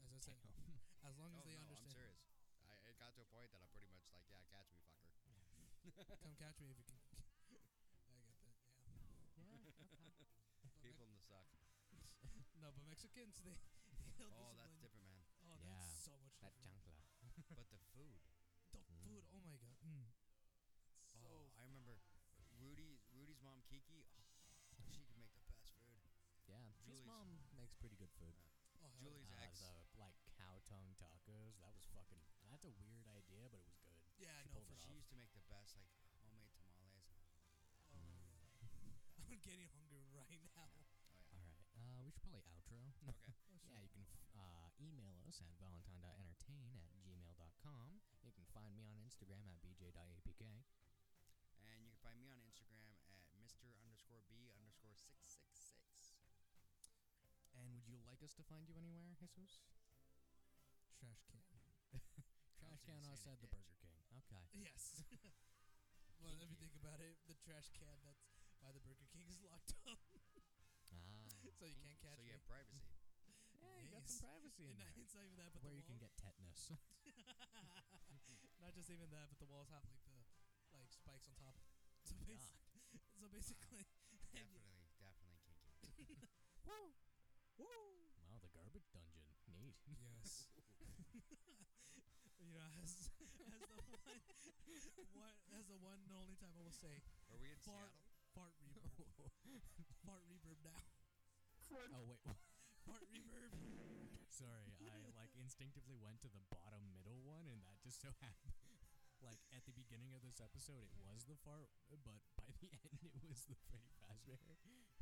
Speaker 2: As I said,
Speaker 1: Damn.
Speaker 2: *laughs* as long
Speaker 3: *laughs*
Speaker 2: as
Speaker 3: oh,
Speaker 2: they
Speaker 3: no, I'm
Speaker 2: understand,
Speaker 3: serious. I, it got to a point that I'm pretty much like, yeah, catch me, fucker.
Speaker 2: come catch me if you can. *laughs* I got that. Yeah. But
Speaker 3: People in the
Speaker 2: *laughs*
Speaker 3: suck.
Speaker 2: Mex- no, but Mexicans they. *laughs* they'll
Speaker 3: Oh, that's
Speaker 2: discipline-
Speaker 3: different,
Speaker 2: *laughs*
Speaker 3: man.
Speaker 2: Oh, that's
Speaker 1: Yeah.
Speaker 2: so much.
Speaker 1: That
Speaker 2: different.
Speaker 1: chancla.
Speaker 3: But the food.
Speaker 2: The food. Oh my god. Mm. So
Speaker 3: Oh, I remember Rudy, Rudy's mom Kiki. Oh, she could make the best food.
Speaker 1: Yeah. His
Speaker 3: Julie's-
Speaker 1: mom makes pretty good food.
Speaker 2: oh, hell
Speaker 3: Julie's
Speaker 1: Uh,
Speaker 3: ex.
Speaker 1: the like cow tongue tacos. That was fucking. That's a weird idea, but it was good.
Speaker 2: Yeah,
Speaker 1: she
Speaker 2: no,
Speaker 1: pulled
Speaker 2: for
Speaker 1: it
Speaker 3: She
Speaker 1: off.
Speaker 3: used to make the best like homemade tamales.
Speaker 2: *laughs* Oh my god. *laughs* I'm getting hungry right now.
Speaker 3: Oh yeah.
Speaker 1: All right. Uh, we should probably outro.
Speaker 3: Okay.
Speaker 2: Oh,
Speaker 1: Yeah, you can f- uh, email us at valentine.entertain at gmail.com. You can find me on Instagram at bj.apk.
Speaker 3: And you can find me on Instagram at Mr underscore B underscore six six six.
Speaker 1: And would you like us to find you anywhere, Jesus?
Speaker 2: Trash can.
Speaker 1: Trash can
Speaker 3: gonna say
Speaker 1: outside
Speaker 3: in a
Speaker 1: the
Speaker 3: ditch.
Speaker 1: Burger King. Okay.
Speaker 2: Yes. *laughs* well, if you
Speaker 3: Kinky.
Speaker 2: think about it, the trash can that's by the Burger King is locked up, *laughs*
Speaker 1: *laughs* Ah.
Speaker 2: so you can't
Speaker 3: so
Speaker 2: catch
Speaker 3: you
Speaker 2: me.
Speaker 3: have
Speaker 2: *laughs*
Speaker 3: privacy.
Speaker 1: Yeah, you got
Speaker 2: Nice.
Speaker 1: some
Speaker 2: *laughs*
Speaker 1: privacy in *laughs*
Speaker 2: And
Speaker 1: there.
Speaker 2: it's not even that, but
Speaker 1: Where
Speaker 2: the
Speaker 1: you can
Speaker 2: walls-
Speaker 1: get *laughs* tetanus.
Speaker 2: *laughs* not just even that, but the walls have like the like spikes on
Speaker 1: *laughs*
Speaker 2: top. So, basi-
Speaker 1: God.
Speaker 2: *laughs* so basically,
Speaker 1: *laughs*
Speaker 2: and you-
Speaker 3: definitely, definitely kinky.
Speaker 1: Woo! Woo! Wow, the garbage dungeon. Neat. *laughs*
Speaker 2: Yes. *laughs* you know, as as the one, one *laughs* as the one and only time I will say
Speaker 3: Are we in
Speaker 2: fart
Speaker 3: Seattle?
Speaker 2: fart reverb fart reverb now *laughs*
Speaker 1: oh, wait.
Speaker 2: fart reverb.
Speaker 1: Sorry, I like instinctively went to the bottom middle one, and that just so *laughs* happened. Like at the *laughs* beginning of this episode, it was the fart, but by the end, it was the Freddy Fazbear.